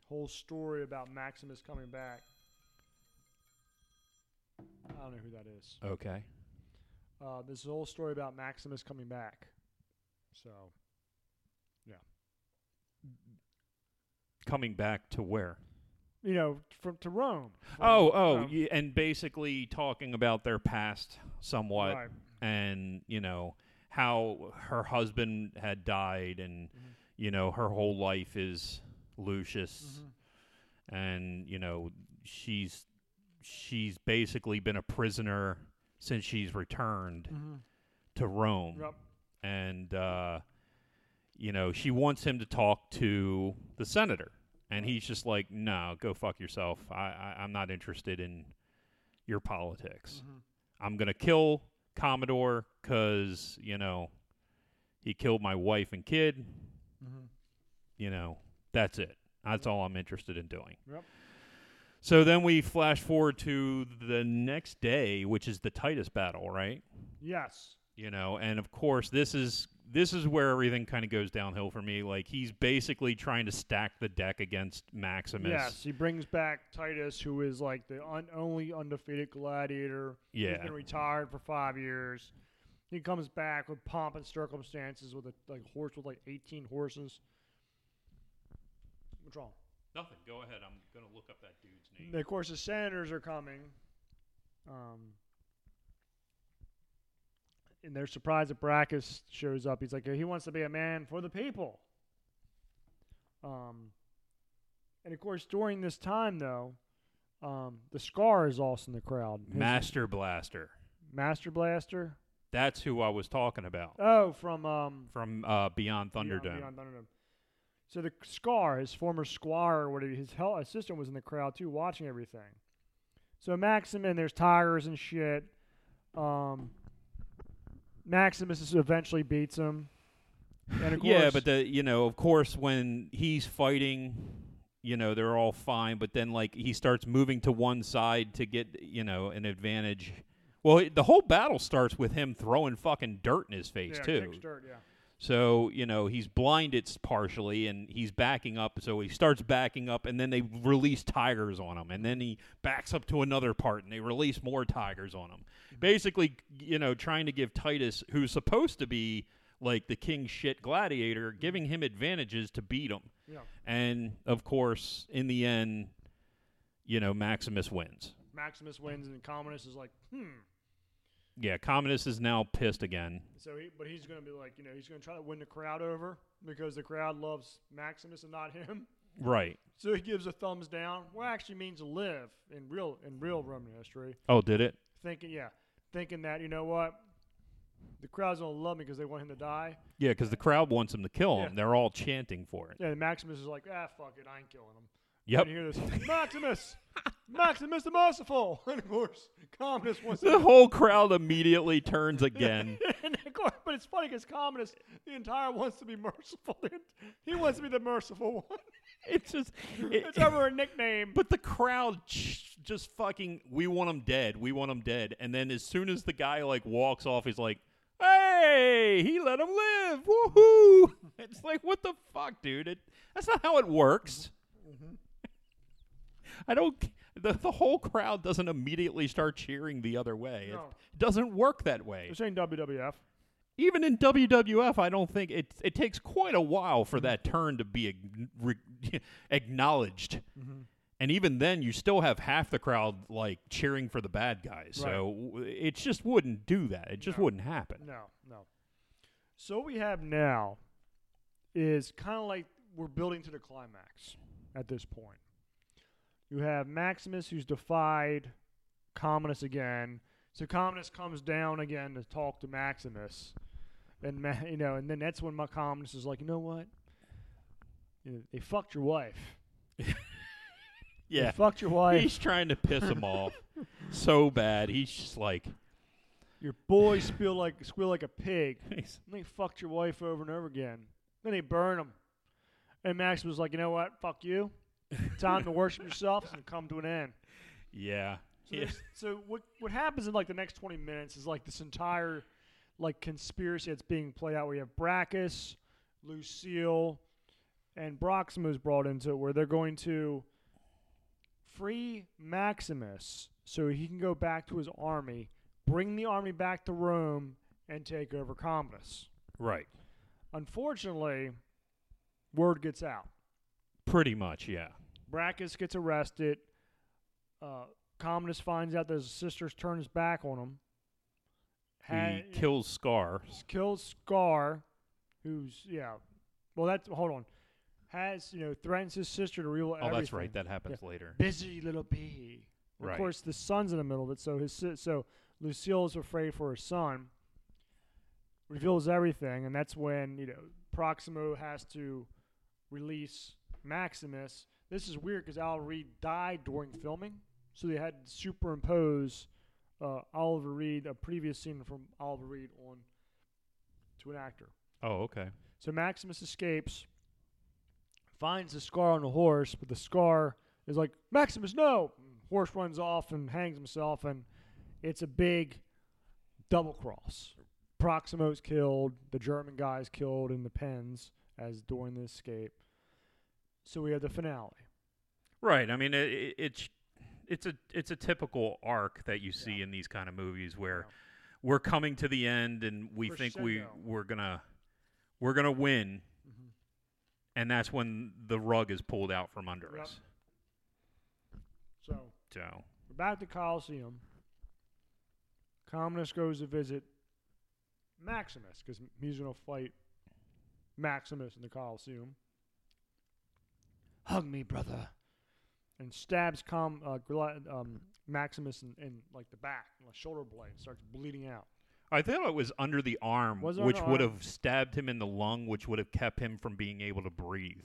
[SPEAKER 1] whole story about Maximus coming back. I don't know who that is.
[SPEAKER 2] Okay.
[SPEAKER 1] Uh, this whole story about Maximus coming back. So,
[SPEAKER 2] Coming back to where?
[SPEAKER 1] you know, from to Rome. From-
[SPEAKER 2] Oh, oh,
[SPEAKER 1] from-
[SPEAKER 2] y- and basically talking about their past somewhat,
[SPEAKER 1] Right.
[SPEAKER 2] and you know how her husband had died, and
[SPEAKER 1] Mm-hmm.
[SPEAKER 2] you know her whole life is Lucius,
[SPEAKER 1] Mm-hmm.
[SPEAKER 2] and you know she's she's basically been a prisoner since she's returned to Rome,
[SPEAKER 1] Yep.
[SPEAKER 2] and uh, you know she wants him to talk to the senator, and he's just like, "No, go fuck yourself. I, I I'm not interested in your politics. I'm gonna kill Commodore because you know he killed my wife and kid.
[SPEAKER 1] Mm-hmm.
[SPEAKER 2] You know that's it. That's all I'm interested in doing."
[SPEAKER 1] Yep.
[SPEAKER 2] So then we flash forward to the next day, which is the Titus battle, right?
[SPEAKER 1] Yes.
[SPEAKER 2] you know and of course this is this is where everything kind of goes downhill for me like he's basically trying to stack the deck against maximus
[SPEAKER 1] Yes, he brings back Titus, who is like the un- only undefeated gladiator. he's
[SPEAKER 2] Yeah.
[SPEAKER 1] been retired for five years. He comes back with pomp and circumstances with a like horse with like eighteen horses. What's wrong?
[SPEAKER 2] nothing go ahead i'm gonna look up that dude's name
[SPEAKER 1] And of course, the senators are coming, um, and they're surprised that Brackus shows up. He's like, he wants to be a man for the people. Um, and of course, during this time, though, um, the Scar is also in the crowd. His
[SPEAKER 2] master blaster
[SPEAKER 1] Master Blaster.
[SPEAKER 2] that's who i was talking about
[SPEAKER 1] Oh, from um,
[SPEAKER 2] from uh, beyond thunderdome
[SPEAKER 1] Beyond, Beyond Thunderdome. So the Scar, his former squire, or whatever, his hell assistant was in the crowd too, watching everything. So Maximin, there's tigers and shit. Um, Maximus is- eventually beats him. And of course,
[SPEAKER 2] yeah, but the you know, of course, when he's fighting, you know, they're all fine. But then, like, he starts moving to one side to get you know an advantage. Well, it- the whole battle starts with him throwing fucking dirt in his face
[SPEAKER 1] yeah,
[SPEAKER 2] too.
[SPEAKER 1] kicks dirt, yeah.
[SPEAKER 2] So you know he's blinded s- partially, and he's backing up. So he starts backing up, and then they release tigers on him, and then he backs up to another part, and they release more tigers on him.
[SPEAKER 1] Mm-hmm.
[SPEAKER 2] Basically, you know, trying to give Titus, who's supposed to be like the king shit gladiator, giving him advantages to beat him.
[SPEAKER 1] Mm-hmm. Yeah.
[SPEAKER 2] And of course, in the end, you know Maximus wins.
[SPEAKER 1] Maximus wins, and Commodus is like, hmm.
[SPEAKER 2] Yeah, Commodus is now pissed again.
[SPEAKER 1] So, he, but he's gonna be like, you know, he's gonna try to win the crowd over because the crowd loves Maximus and not him.
[SPEAKER 2] Right.
[SPEAKER 1] So he gives a thumbs down, which actually means live in real in real Roman history.
[SPEAKER 2] Oh, did it?
[SPEAKER 1] thinking, yeah, thinking that you know what, the crowd's gonna love me because they want him to die.
[SPEAKER 2] Yeah, because the crowd wants him to kill
[SPEAKER 1] Yeah.
[SPEAKER 2] him. They're all chanting for it.
[SPEAKER 1] Yeah, and Maximus is like, ah, fuck it, I ain't killing him.
[SPEAKER 2] Yep.
[SPEAKER 1] And you hear this, Maximus, Maximus the Merciful, and of course, Commodus wants
[SPEAKER 2] The
[SPEAKER 1] to.
[SPEAKER 2] whole crowd immediately turns again.
[SPEAKER 1] and of course, but it's funny because Commodus, the entire wants to be merciful. he wants to be the merciful one.
[SPEAKER 2] it's just, it-
[SPEAKER 1] it's ever a nickname.
[SPEAKER 2] but the crowd ch- just fucking, we want him dead. We want him dead. And then as soon as the guy like walks off, he's like, "Hey, he let him live! Woohoo!" It's like, what the fuck, dude? It, that's not how it works. Mm-hmm. I don't. c- The, the whole crowd doesn't immediately start cheering the other way. It-
[SPEAKER 1] No.
[SPEAKER 2] It doesn't work that way.
[SPEAKER 1] They're saying WWF.
[SPEAKER 2] even in WWF, I don't think it it takes quite a while for that turn to be ag- re- acknowledged.
[SPEAKER 1] Mm-hmm.
[SPEAKER 2] And even then, you still have half the crowd like cheering for the bad guys. So w- it just wouldn't do that. It just wouldn't happen.
[SPEAKER 1] No, no. So what we have now is kind of like we're building to the climax at this point. You have Maximus who's defied Commodus again. So Commodus comes down again to talk to Maximus, and Ma- you know, and then that's when my Commodus is like, you know what? You know, they fucked your wife.
[SPEAKER 2] Yeah,
[SPEAKER 1] They fucked your wife.
[SPEAKER 2] he's trying to piss him off so bad. He's just like,
[SPEAKER 1] your boy spill like squeal like a pig.
[SPEAKER 2] he's-
[SPEAKER 1] And they fucked your wife over and over again. Then they burn him. And Max was like, you know what? Fuck you. Time to worship yourself and come to an end.
[SPEAKER 2] yeah,
[SPEAKER 1] So,
[SPEAKER 2] yeah.
[SPEAKER 1] there's- so what what happens in like the next 20 minutes is like this entire like conspiracy that's being played out. where you have Brackus, Lucille, and Broximo's brought into it, where they're going to free Maximus so he can go back to his army, bring the army back to Rome, and take over Commodus
[SPEAKER 2] right,
[SPEAKER 1] unfortunately, word gets out.
[SPEAKER 2] pretty much, yeah,
[SPEAKER 1] Brackus gets arrested. Uh, Commodus finds out that his sister turns back on him.
[SPEAKER 2] he
[SPEAKER 1] Ha-
[SPEAKER 2] kills Scar.
[SPEAKER 1] kills Scar, who's yeah. Well, that's hold on. Has you know threatens his sister to reveal
[SPEAKER 2] Oh, that's right,
[SPEAKER 1] everything.
[SPEAKER 2] that happens later.
[SPEAKER 1] busy little bee. Of
[SPEAKER 2] Right.
[SPEAKER 1] course, the son's in the middle of it, so his si- so Lucille is afraid for her son. Reveals everything, and that's when you know Proximo has to release Maximus. This is weird because Al Reed died during filming, so they had to superimpose uh, Oliver Reed, a previous scene from Oliver Reed, on to an actor.
[SPEAKER 2] Oh, okay.
[SPEAKER 1] So Maximus escapes, finds the scar on the horse, but the scar is like, Maximus, no! Horse runs off and hangs himself, and it's a big double cross. Proximo's killed, the German guy's killed in the pens as during the escape. So we have the finale.
[SPEAKER 2] Right. I mean, it, it, it's it's a it's a typical arc that you see in these kind of movies where
[SPEAKER 1] Yeah.
[SPEAKER 2] we're coming to the end and we think we
[SPEAKER 1] Crescendo.
[SPEAKER 2] we're gonna we're gonna win,
[SPEAKER 1] Mm-hmm.
[SPEAKER 2] and that's when the rug is pulled out from under
[SPEAKER 1] Yep.
[SPEAKER 2] us.
[SPEAKER 1] So
[SPEAKER 2] So
[SPEAKER 1] we're back to Coliseum. Commodus goes to visit Maximus because he's going to fight Maximus in the Coliseum. Hug me, brother. And stabs Com, uh, Goli- um, Maximus in, in like the back, in the shoulder blade, starts bleeding out.
[SPEAKER 2] I thought it was under the arm,
[SPEAKER 1] Was it
[SPEAKER 2] which
[SPEAKER 1] under
[SPEAKER 2] would
[SPEAKER 1] arm?
[SPEAKER 2] have stabbed him in the lung, which would have kept him from being able to breathe,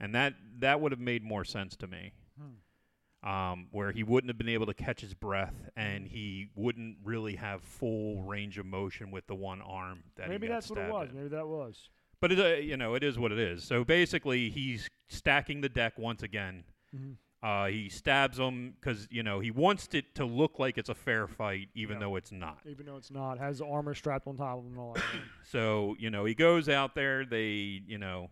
[SPEAKER 2] and that that would have made more sense to me.
[SPEAKER 1] Hmm.
[SPEAKER 2] Um, where he wouldn't have been able to catch his breath, and he wouldn't really have full range of motion with the one arm that
[SPEAKER 1] Maybe
[SPEAKER 2] he got
[SPEAKER 1] that's what it
[SPEAKER 2] stabbed
[SPEAKER 1] was.
[SPEAKER 2] in.
[SPEAKER 1] Maybe that was.
[SPEAKER 2] But it, uh, you know, it is what it is. So basically, he's stacking the deck once again.
[SPEAKER 1] Mm-hmm.
[SPEAKER 2] Uh, he stabs him because you know he wants it to look like it's a fair fight, even
[SPEAKER 1] Yeah.
[SPEAKER 2] though it's not.
[SPEAKER 1] Even though it's not, has the armor strapped on top of him and all that.
[SPEAKER 2] So you know he goes out there. They you know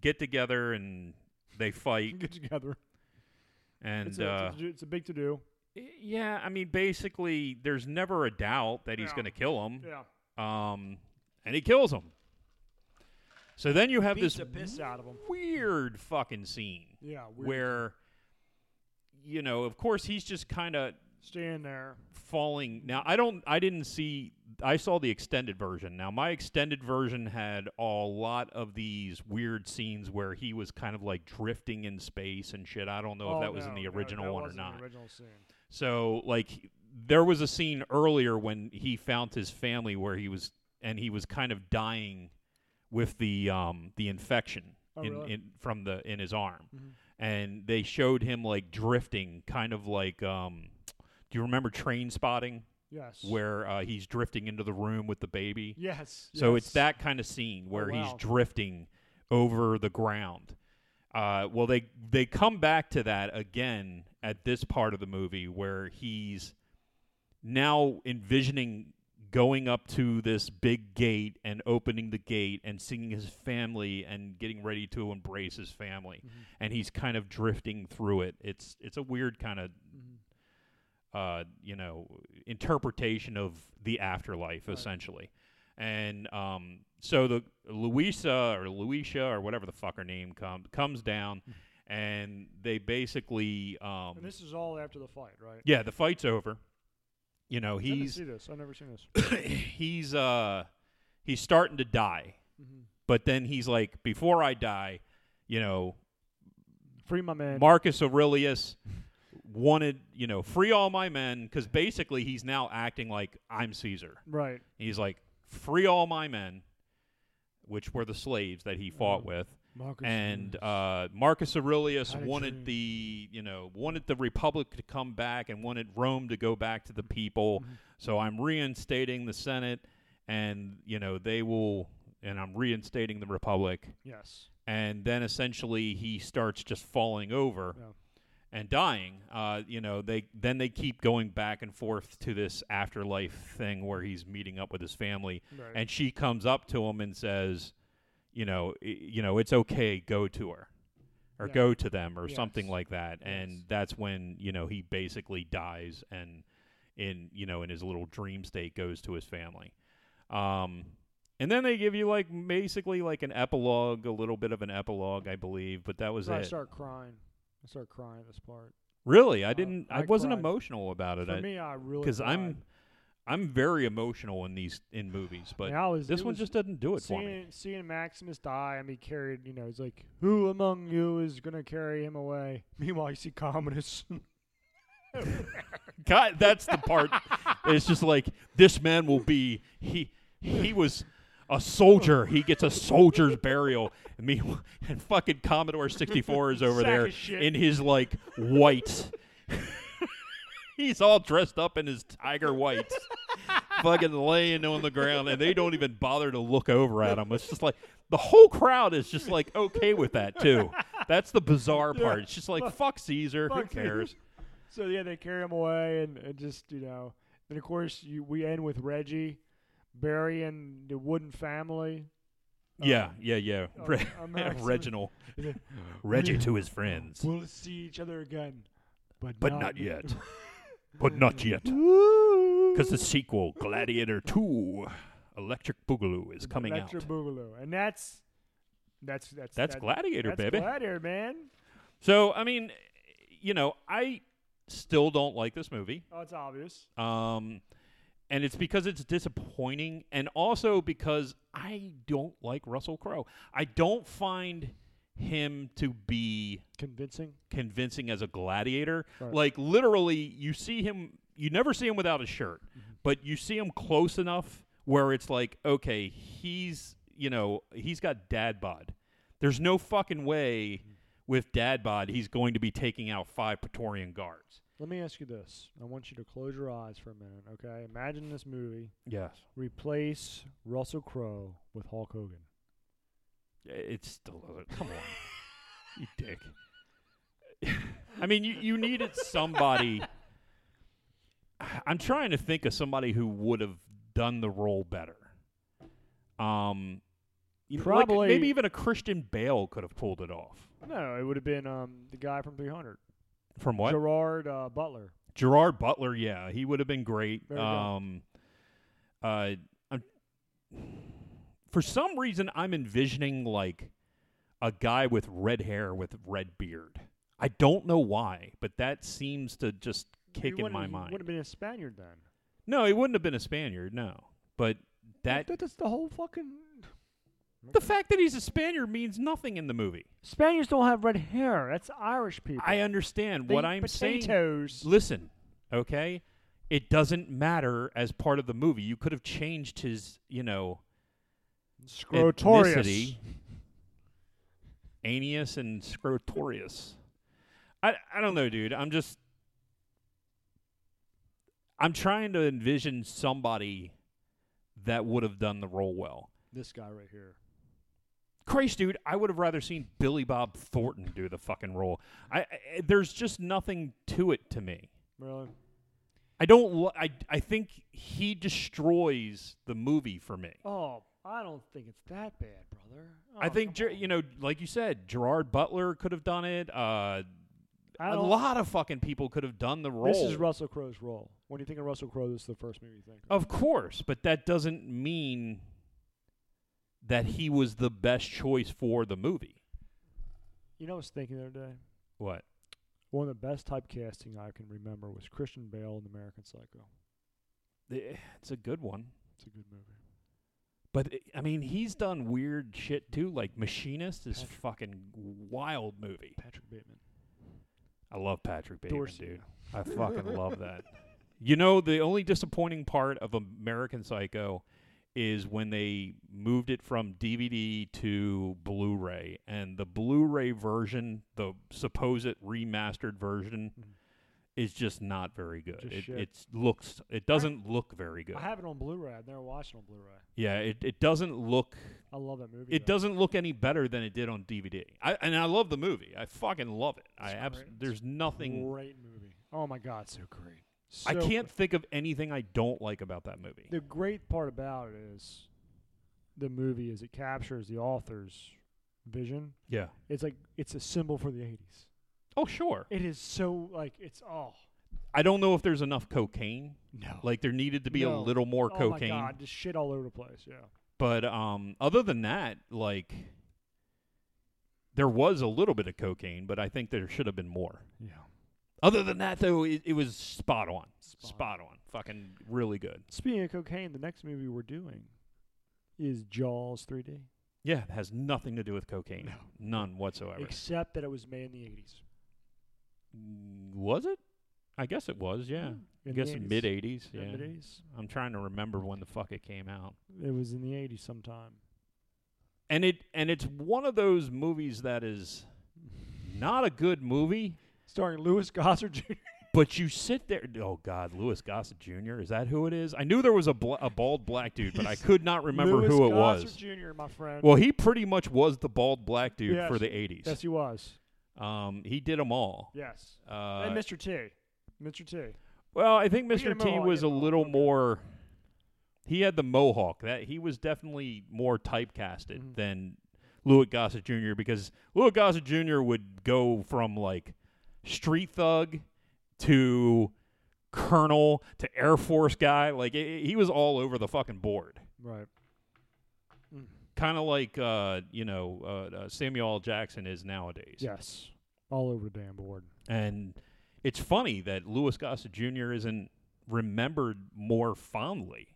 [SPEAKER 2] get together and they fight.
[SPEAKER 1] Get together.
[SPEAKER 2] and
[SPEAKER 1] It's a,
[SPEAKER 2] uh,
[SPEAKER 1] it's, a, to-do- it's a big to do.
[SPEAKER 2] yeah, I mean, basically, there's never a doubt that he's
[SPEAKER 1] Yeah.
[SPEAKER 2] going to kill him.
[SPEAKER 1] Yeah.
[SPEAKER 2] Um, and he kills him. So then you have
[SPEAKER 1] Beats the
[SPEAKER 2] this
[SPEAKER 1] piss out of him.
[SPEAKER 2] weird fucking scene.
[SPEAKER 1] Yeah. Weird.
[SPEAKER 2] where you know of course he's just kind of
[SPEAKER 1] Stand there.
[SPEAKER 2] falling now i don't i didn't see i saw the extended version now my extended version had a lot of these weird scenes where he was kind of like drifting in space and shit i don't know
[SPEAKER 1] Oh,
[SPEAKER 2] if that was in
[SPEAKER 1] no,
[SPEAKER 2] the
[SPEAKER 1] no,
[SPEAKER 2] original
[SPEAKER 1] that
[SPEAKER 2] one or
[SPEAKER 1] wasn't the
[SPEAKER 2] not
[SPEAKER 1] original scene.
[SPEAKER 2] so like he- there was a scene earlier when he found his family where he was and he was kind of dying with the um the infection
[SPEAKER 1] Oh,
[SPEAKER 2] in,
[SPEAKER 1] really? Mm-hmm.
[SPEAKER 2] in from the in his arm. And they showed him like drifting kind of like um do you remember train spotting
[SPEAKER 1] Yes.
[SPEAKER 2] where uh, he's drifting into the room with the baby?
[SPEAKER 1] Yes.
[SPEAKER 2] So it's
[SPEAKER 1] yes.
[SPEAKER 2] that kind of scene where he's
[SPEAKER 1] wow.
[SPEAKER 2] drifting over the ground. Uh, well, they they come back to that again at this part of the movie where he's now envisioning going up to this big gate and opening the gate and seeing his family and getting ready to embrace his family,
[SPEAKER 1] Mm-hmm.
[SPEAKER 2] and he's kind of drifting through it. It's it's a weird kind of.
[SPEAKER 1] Mm-hmm.
[SPEAKER 2] Uh, you know, interpretation of the afterlife, essentially and um, so the Louisa or Luisha or whatever the fuck her name comes comes down, and they basically um,
[SPEAKER 1] Hmm. And this is all after the fight, right?
[SPEAKER 2] yeah, the fight's over. You know
[SPEAKER 1] I didn't
[SPEAKER 2] he's
[SPEAKER 1] see this. I've never seen this.
[SPEAKER 2] he's uh he's starting to die,
[SPEAKER 1] Mm-hmm.
[SPEAKER 2] but then he's like, before I die, you know,
[SPEAKER 1] Free my man.
[SPEAKER 2] Marcus Aurelius wanted you know free all my men because basically he's now acting like I'm Caesar.
[SPEAKER 1] right.
[SPEAKER 2] He's like, free all my men, which were the slaves that he fought with.
[SPEAKER 1] Marcus
[SPEAKER 2] and uh, Marcus Aurelius
[SPEAKER 1] Had a
[SPEAKER 2] wanted
[SPEAKER 1] dream.
[SPEAKER 2] the you know wanted the Republic to come back and wanted Rome to go back to the people.
[SPEAKER 1] Mm-hmm.
[SPEAKER 2] So I'm reinstating the Senate, and you know they will, and I'm reinstating the Republic.
[SPEAKER 1] Yes.
[SPEAKER 2] And then essentially he starts just falling over
[SPEAKER 1] Yeah.
[SPEAKER 2] and dying. Uh, you know, they then they keep going back and forth to this afterlife thing where he's meeting up with his family,
[SPEAKER 1] Right.
[SPEAKER 2] and she comes up to him and says, "You know, i- you know, it's okay. Go to her, or
[SPEAKER 1] Yeah.
[SPEAKER 2] go to them, or something
[SPEAKER 1] Yes.
[SPEAKER 2] like that."
[SPEAKER 1] Yes.
[SPEAKER 2] And that's when you know he basically dies, and in you know in his little dream state goes to his family. Um, and then they give you like basically like an epilogue, a little bit of an epilogue, I believe, but that was
[SPEAKER 1] So I
[SPEAKER 2] it.
[SPEAKER 1] start crying. I start crying at this part.
[SPEAKER 2] Really, I
[SPEAKER 1] Uh,
[SPEAKER 2] didn't. I,
[SPEAKER 1] I
[SPEAKER 2] wasn't
[SPEAKER 1] cried.
[SPEAKER 2] emotional about it.
[SPEAKER 1] For me, I really
[SPEAKER 2] because
[SPEAKER 1] cried.
[SPEAKER 2] I'm, I'm very emotional in these in movies, but
[SPEAKER 1] Yeah, I was-
[SPEAKER 2] this
[SPEAKER 1] it
[SPEAKER 2] one
[SPEAKER 1] was-
[SPEAKER 2] just doesn't do it for me.
[SPEAKER 1] seeing, seeing Maximus die. I mean, carried. You know, he's like, who among you is gonna carry him away? Meanwhile, you see Commodus.
[SPEAKER 2] God, that's the part. it's just like this man will be. He he was a soldier. He gets a soldier's burial. And me and fucking Commodore sixty four is over
[SPEAKER 1] Sack
[SPEAKER 2] there
[SPEAKER 1] of shit.
[SPEAKER 2] in his like white. He's all dressed up in his tiger whites. fucking laying on the ground and they don't even bother to look over at him. It's just like the whole crowd is just like okay with that too. That's the bizarre part. It's just like fuck Caesar, who
[SPEAKER 1] fuck Caesar.
[SPEAKER 2] cares?
[SPEAKER 1] so yeah, they carry him away, and, and just you know. And of course, you, we end with Reggie burying the Wooden family.
[SPEAKER 2] yeah, yeah, yeah.
[SPEAKER 1] uh,
[SPEAKER 2] Re-
[SPEAKER 1] American-
[SPEAKER 2] Reginald. Reggie to his friends.
[SPEAKER 1] We'll see each other again, but
[SPEAKER 2] But not yet. But not yet. Because the sequel, Gladiator 2, Electric Boogaloo, is coming
[SPEAKER 1] Electric
[SPEAKER 2] out.
[SPEAKER 1] Boogaloo, and that's that's that's
[SPEAKER 2] That's
[SPEAKER 1] that-
[SPEAKER 2] Gladiator,
[SPEAKER 1] that's
[SPEAKER 2] baby.
[SPEAKER 1] Gladiator, man.
[SPEAKER 2] so, I mean, you know, I still don't like this movie.
[SPEAKER 1] Oh, it's obvious.
[SPEAKER 2] Um, and it's because it's disappointing, and also because I don't like Russell Crowe. I don't find him to be
[SPEAKER 1] Convincing.
[SPEAKER 2] convincing as a gladiator.
[SPEAKER 1] Right.
[SPEAKER 2] Like literally, you see him. You never see him without a shirt, but you see him close enough where it's like, okay, he's you know he's got dad bod. There's no fucking way with dad bod he's going to be taking out five Praetorian guards.
[SPEAKER 1] Let me ask you this. I want you to close your eyes for a minute, okay? Imagine this movie.
[SPEAKER 2] Yes,
[SPEAKER 1] Replace Russell Crowe with Hulk Hogan.
[SPEAKER 2] it's still come on, you dick. I mean, you, you needed somebody. I'm trying to think of somebody who would have done the role better. Um, you know, like,
[SPEAKER 1] Probably-
[SPEAKER 2] maybe even a Christian Bale could have pulled it off.
[SPEAKER 1] No, it would have been um, the guy from 300,
[SPEAKER 2] From what?
[SPEAKER 1] Gerard uh, Butler.
[SPEAKER 2] Gerard Butler, yeah, he would have been great.
[SPEAKER 1] There you go.
[SPEAKER 2] Um, uh, I'm, for some reason, I'm envisioning like a guy with red hair with red beard. I don't know why, but that seems to just kick
[SPEAKER 1] He
[SPEAKER 2] in my
[SPEAKER 1] wouldn't- he
[SPEAKER 2] mind.
[SPEAKER 1] Would have been a Spaniard then.
[SPEAKER 2] No, he wouldn't have been a Spaniard. No, but that
[SPEAKER 1] that's the whole fucking.
[SPEAKER 2] the fact that he's a Spaniard means nothing in the movie.
[SPEAKER 1] Spaniards don't have red hair. That's Irish people.
[SPEAKER 2] I understand
[SPEAKER 1] They
[SPEAKER 2] what
[SPEAKER 1] eat
[SPEAKER 2] I'm saying.
[SPEAKER 1] potatoes.
[SPEAKER 2] Listen, okay? It doesn't matter as part of the movie. You could have changed his, you know,
[SPEAKER 1] Scrotorius.
[SPEAKER 2] ethnicity. Aeneas and Scrotorius. I I don't know, dude. I'm just I'm trying to envision somebody that would have done the role well.
[SPEAKER 1] This guy right here.
[SPEAKER 2] Christ, dude, I would have rather seen Billy Bob Thornton do the fucking role. I, I there's just nothing to it to me.
[SPEAKER 1] Really?
[SPEAKER 2] I don't. li- I I think he destroys the movie for me.
[SPEAKER 1] Oh, I don't think it's that bad, brother.
[SPEAKER 2] I
[SPEAKER 1] Oh,
[SPEAKER 2] think
[SPEAKER 1] come
[SPEAKER 2] Ger-
[SPEAKER 1] on.
[SPEAKER 2] you know, like you said, Gerard Butler could have done it. Uh,
[SPEAKER 1] I
[SPEAKER 2] a
[SPEAKER 1] don't-
[SPEAKER 2] lot of fucking people could have done the role.
[SPEAKER 1] This is Russell Crowe's role. When you think of Russell Crowe, this is the first movie you think of.
[SPEAKER 2] of course, but that doesn't mean that he was the best choice for the movie.
[SPEAKER 1] You know, I was thinking the other day.
[SPEAKER 2] What?
[SPEAKER 1] One of the best typecasting I can remember was Christian Bale in American Psycho.
[SPEAKER 2] Eh, It's a good one,
[SPEAKER 1] It's a good movie.
[SPEAKER 2] but it- I mean, he's done weird shit too. Like Machinist is
[SPEAKER 1] Patrick-
[SPEAKER 2] fucking wild movie.
[SPEAKER 1] Patrick Bateman.
[SPEAKER 2] I love Patrick Bateman,
[SPEAKER 1] Dorsey.
[SPEAKER 2] dude. I fucking love that. You know, the only disappointing part of American Psycho is when they moved it from DVD to Blu ray. And the Blu ray version, the supposed remastered version,
[SPEAKER 1] Mhm.
[SPEAKER 2] is just not very good.
[SPEAKER 1] Just
[SPEAKER 2] It
[SPEAKER 1] shit.
[SPEAKER 2] it's looks it doesn't look very good.
[SPEAKER 1] I have it on Blu-ray. I've never watched it on Blu-ray.
[SPEAKER 2] Yeah, it, it doesn't look
[SPEAKER 1] I love that movie.
[SPEAKER 2] it
[SPEAKER 1] though.
[SPEAKER 2] doesn't look any better than it did on DVD. I and I love the movie. I fucking love it. I
[SPEAKER 1] It's
[SPEAKER 2] abs-
[SPEAKER 1] great.
[SPEAKER 2] there's nothing
[SPEAKER 1] Great movie. Oh my god, so great.
[SPEAKER 2] I
[SPEAKER 1] So
[SPEAKER 2] can't think of anything I don't like about that movie.
[SPEAKER 1] The great part about it is the movie is it captures the author's vision.
[SPEAKER 2] Yeah.
[SPEAKER 1] It's like it's a symbol for the 80s.
[SPEAKER 2] Oh, sure.
[SPEAKER 1] It is so like it's oh
[SPEAKER 2] I don't know if there's enough cocaine.
[SPEAKER 1] no.
[SPEAKER 2] Like there needed to be a
[SPEAKER 1] No.
[SPEAKER 2] little more
[SPEAKER 1] oh
[SPEAKER 2] cocaine.
[SPEAKER 1] my god, just shit all over the place. Yeah.
[SPEAKER 2] But um other than that, like there was a little bit of cocaine, but I think there should have been more.
[SPEAKER 1] Yeah.
[SPEAKER 2] Other than that though, it, it was spot on.
[SPEAKER 1] Spot on.
[SPEAKER 2] spot on. Fucking really good.
[SPEAKER 1] Speaking of cocaine, the next movie we're doing is Jaws 3D,
[SPEAKER 2] Yeah, it has nothing to do with cocaine.
[SPEAKER 1] No.
[SPEAKER 2] None whatsoever.
[SPEAKER 1] except that it was made in the 80s.
[SPEAKER 2] Mm, was it? I guess it was, yeah. I
[SPEAKER 1] In the
[SPEAKER 2] guess in
[SPEAKER 1] 80s.
[SPEAKER 2] mid 80s, yeah.
[SPEAKER 1] Yeah, mid 80s.
[SPEAKER 2] I'm trying to remember when the fuck it came out.
[SPEAKER 1] It was in the 80s sometime.
[SPEAKER 2] and it and it's one of those movies that is not a good movie,
[SPEAKER 1] Starring Louis Gossard Jr.
[SPEAKER 2] but you sit there. Oh God, Louis Gossett Jr. Is that who it is? I knew there was a bl- a bald black dude, but I could not remember
[SPEAKER 1] Louis
[SPEAKER 2] who it
[SPEAKER 1] Gossett
[SPEAKER 2] was.
[SPEAKER 1] Jr., my friend.
[SPEAKER 2] Well, he pretty much was the bald black dude
[SPEAKER 1] Yes.
[SPEAKER 2] for the '80s.
[SPEAKER 1] yes, he was.
[SPEAKER 2] Um, he did them all.
[SPEAKER 1] Yes. and
[SPEAKER 2] Uh,
[SPEAKER 1] Mr. T. Mr. T.
[SPEAKER 2] well, I think
[SPEAKER 1] We get
[SPEAKER 2] Mr.
[SPEAKER 1] them
[SPEAKER 2] T
[SPEAKER 1] all,
[SPEAKER 2] was
[SPEAKER 1] yeah.
[SPEAKER 2] a little
[SPEAKER 1] Okay.
[SPEAKER 2] more He had the mohawk. That he was definitely more typecasted
[SPEAKER 1] Mm-hmm.
[SPEAKER 2] than Louis Gossett Jr. because Louis Gossett Jr. would go from like street thug to colonel to Air Force guy. Like i- he was all over the fucking board
[SPEAKER 1] Right.
[SPEAKER 2] kind of like uh, you know uh, uh, Samuel L. Jackson is nowadays.
[SPEAKER 1] Yes. All over the damn board.
[SPEAKER 2] and it's funny that Louis Gossett Jr. isn't remembered more fondly.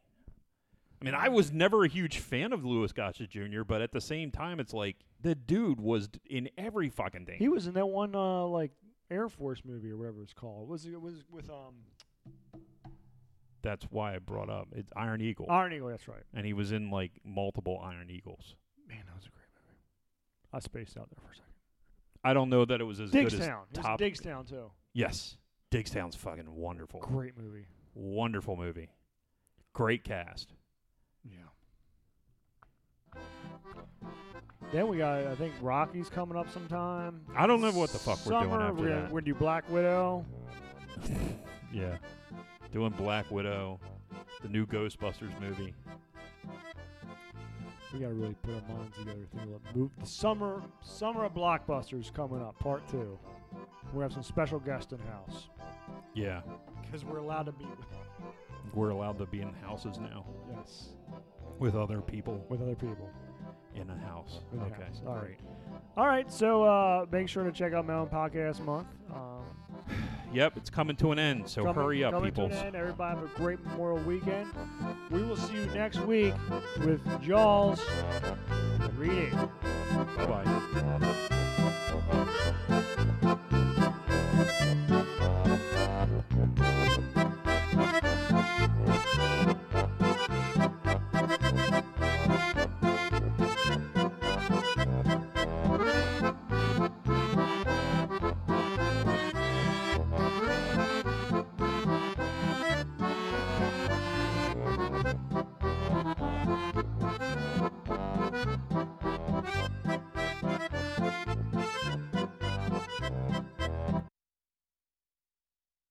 [SPEAKER 2] I mean, I was never a huge fan of Louis Gossett Jr., but at the same time, it's like the dude was d- in every fucking thing.
[SPEAKER 1] He was in that one uh, like Air Force movie or whatever it's called. Was it was with um
[SPEAKER 2] That's why I brought up it's Iron Eagle,
[SPEAKER 1] Iron Eagle? That's right.
[SPEAKER 2] and he was in like multiple Iron Eagles.
[SPEAKER 1] Man, that was a great movie. I spaced out there for a second.
[SPEAKER 2] I don't know that it was as good as
[SPEAKER 1] Digstown. He was in
[SPEAKER 2] top.
[SPEAKER 1] Digstown too.
[SPEAKER 2] yes, Digstown's fucking wonderful.
[SPEAKER 1] Great movie.
[SPEAKER 2] Wonderful movie. Great cast.
[SPEAKER 1] Yeah. Then we got I think Rocky's coming up sometime.
[SPEAKER 2] I don't know what the fuck we're
[SPEAKER 1] Summer,
[SPEAKER 2] doing after
[SPEAKER 1] we're,
[SPEAKER 2] that.
[SPEAKER 1] We're gonna do Black Widow.
[SPEAKER 2] yeah. Doing Black Widow, the new Ghostbusters movie.
[SPEAKER 1] We gotta really put our minds together. Think about move. The summer summer of blockbusters coming up, part two. We have some special guests in house
[SPEAKER 2] Yeah.
[SPEAKER 1] because we're allowed to meet. With,
[SPEAKER 2] We're allowed to be in houses now
[SPEAKER 1] yes,
[SPEAKER 2] with other people
[SPEAKER 1] with other people.
[SPEAKER 2] in a house.
[SPEAKER 1] In a
[SPEAKER 2] okay.
[SPEAKER 1] house.
[SPEAKER 2] Great.
[SPEAKER 1] All right. All right, so uh, make sure to check out Melon Podcast Month. Um,
[SPEAKER 2] Yep, it's coming to an end, so
[SPEAKER 1] coming-
[SPEAKER 2] hurry up,
[SPEAKER 1] coming to
[SPEAKER 2] people.
[SPEAKER 1] an end. Everybody have a great Memorial Weekend. We will see you next week with Jaws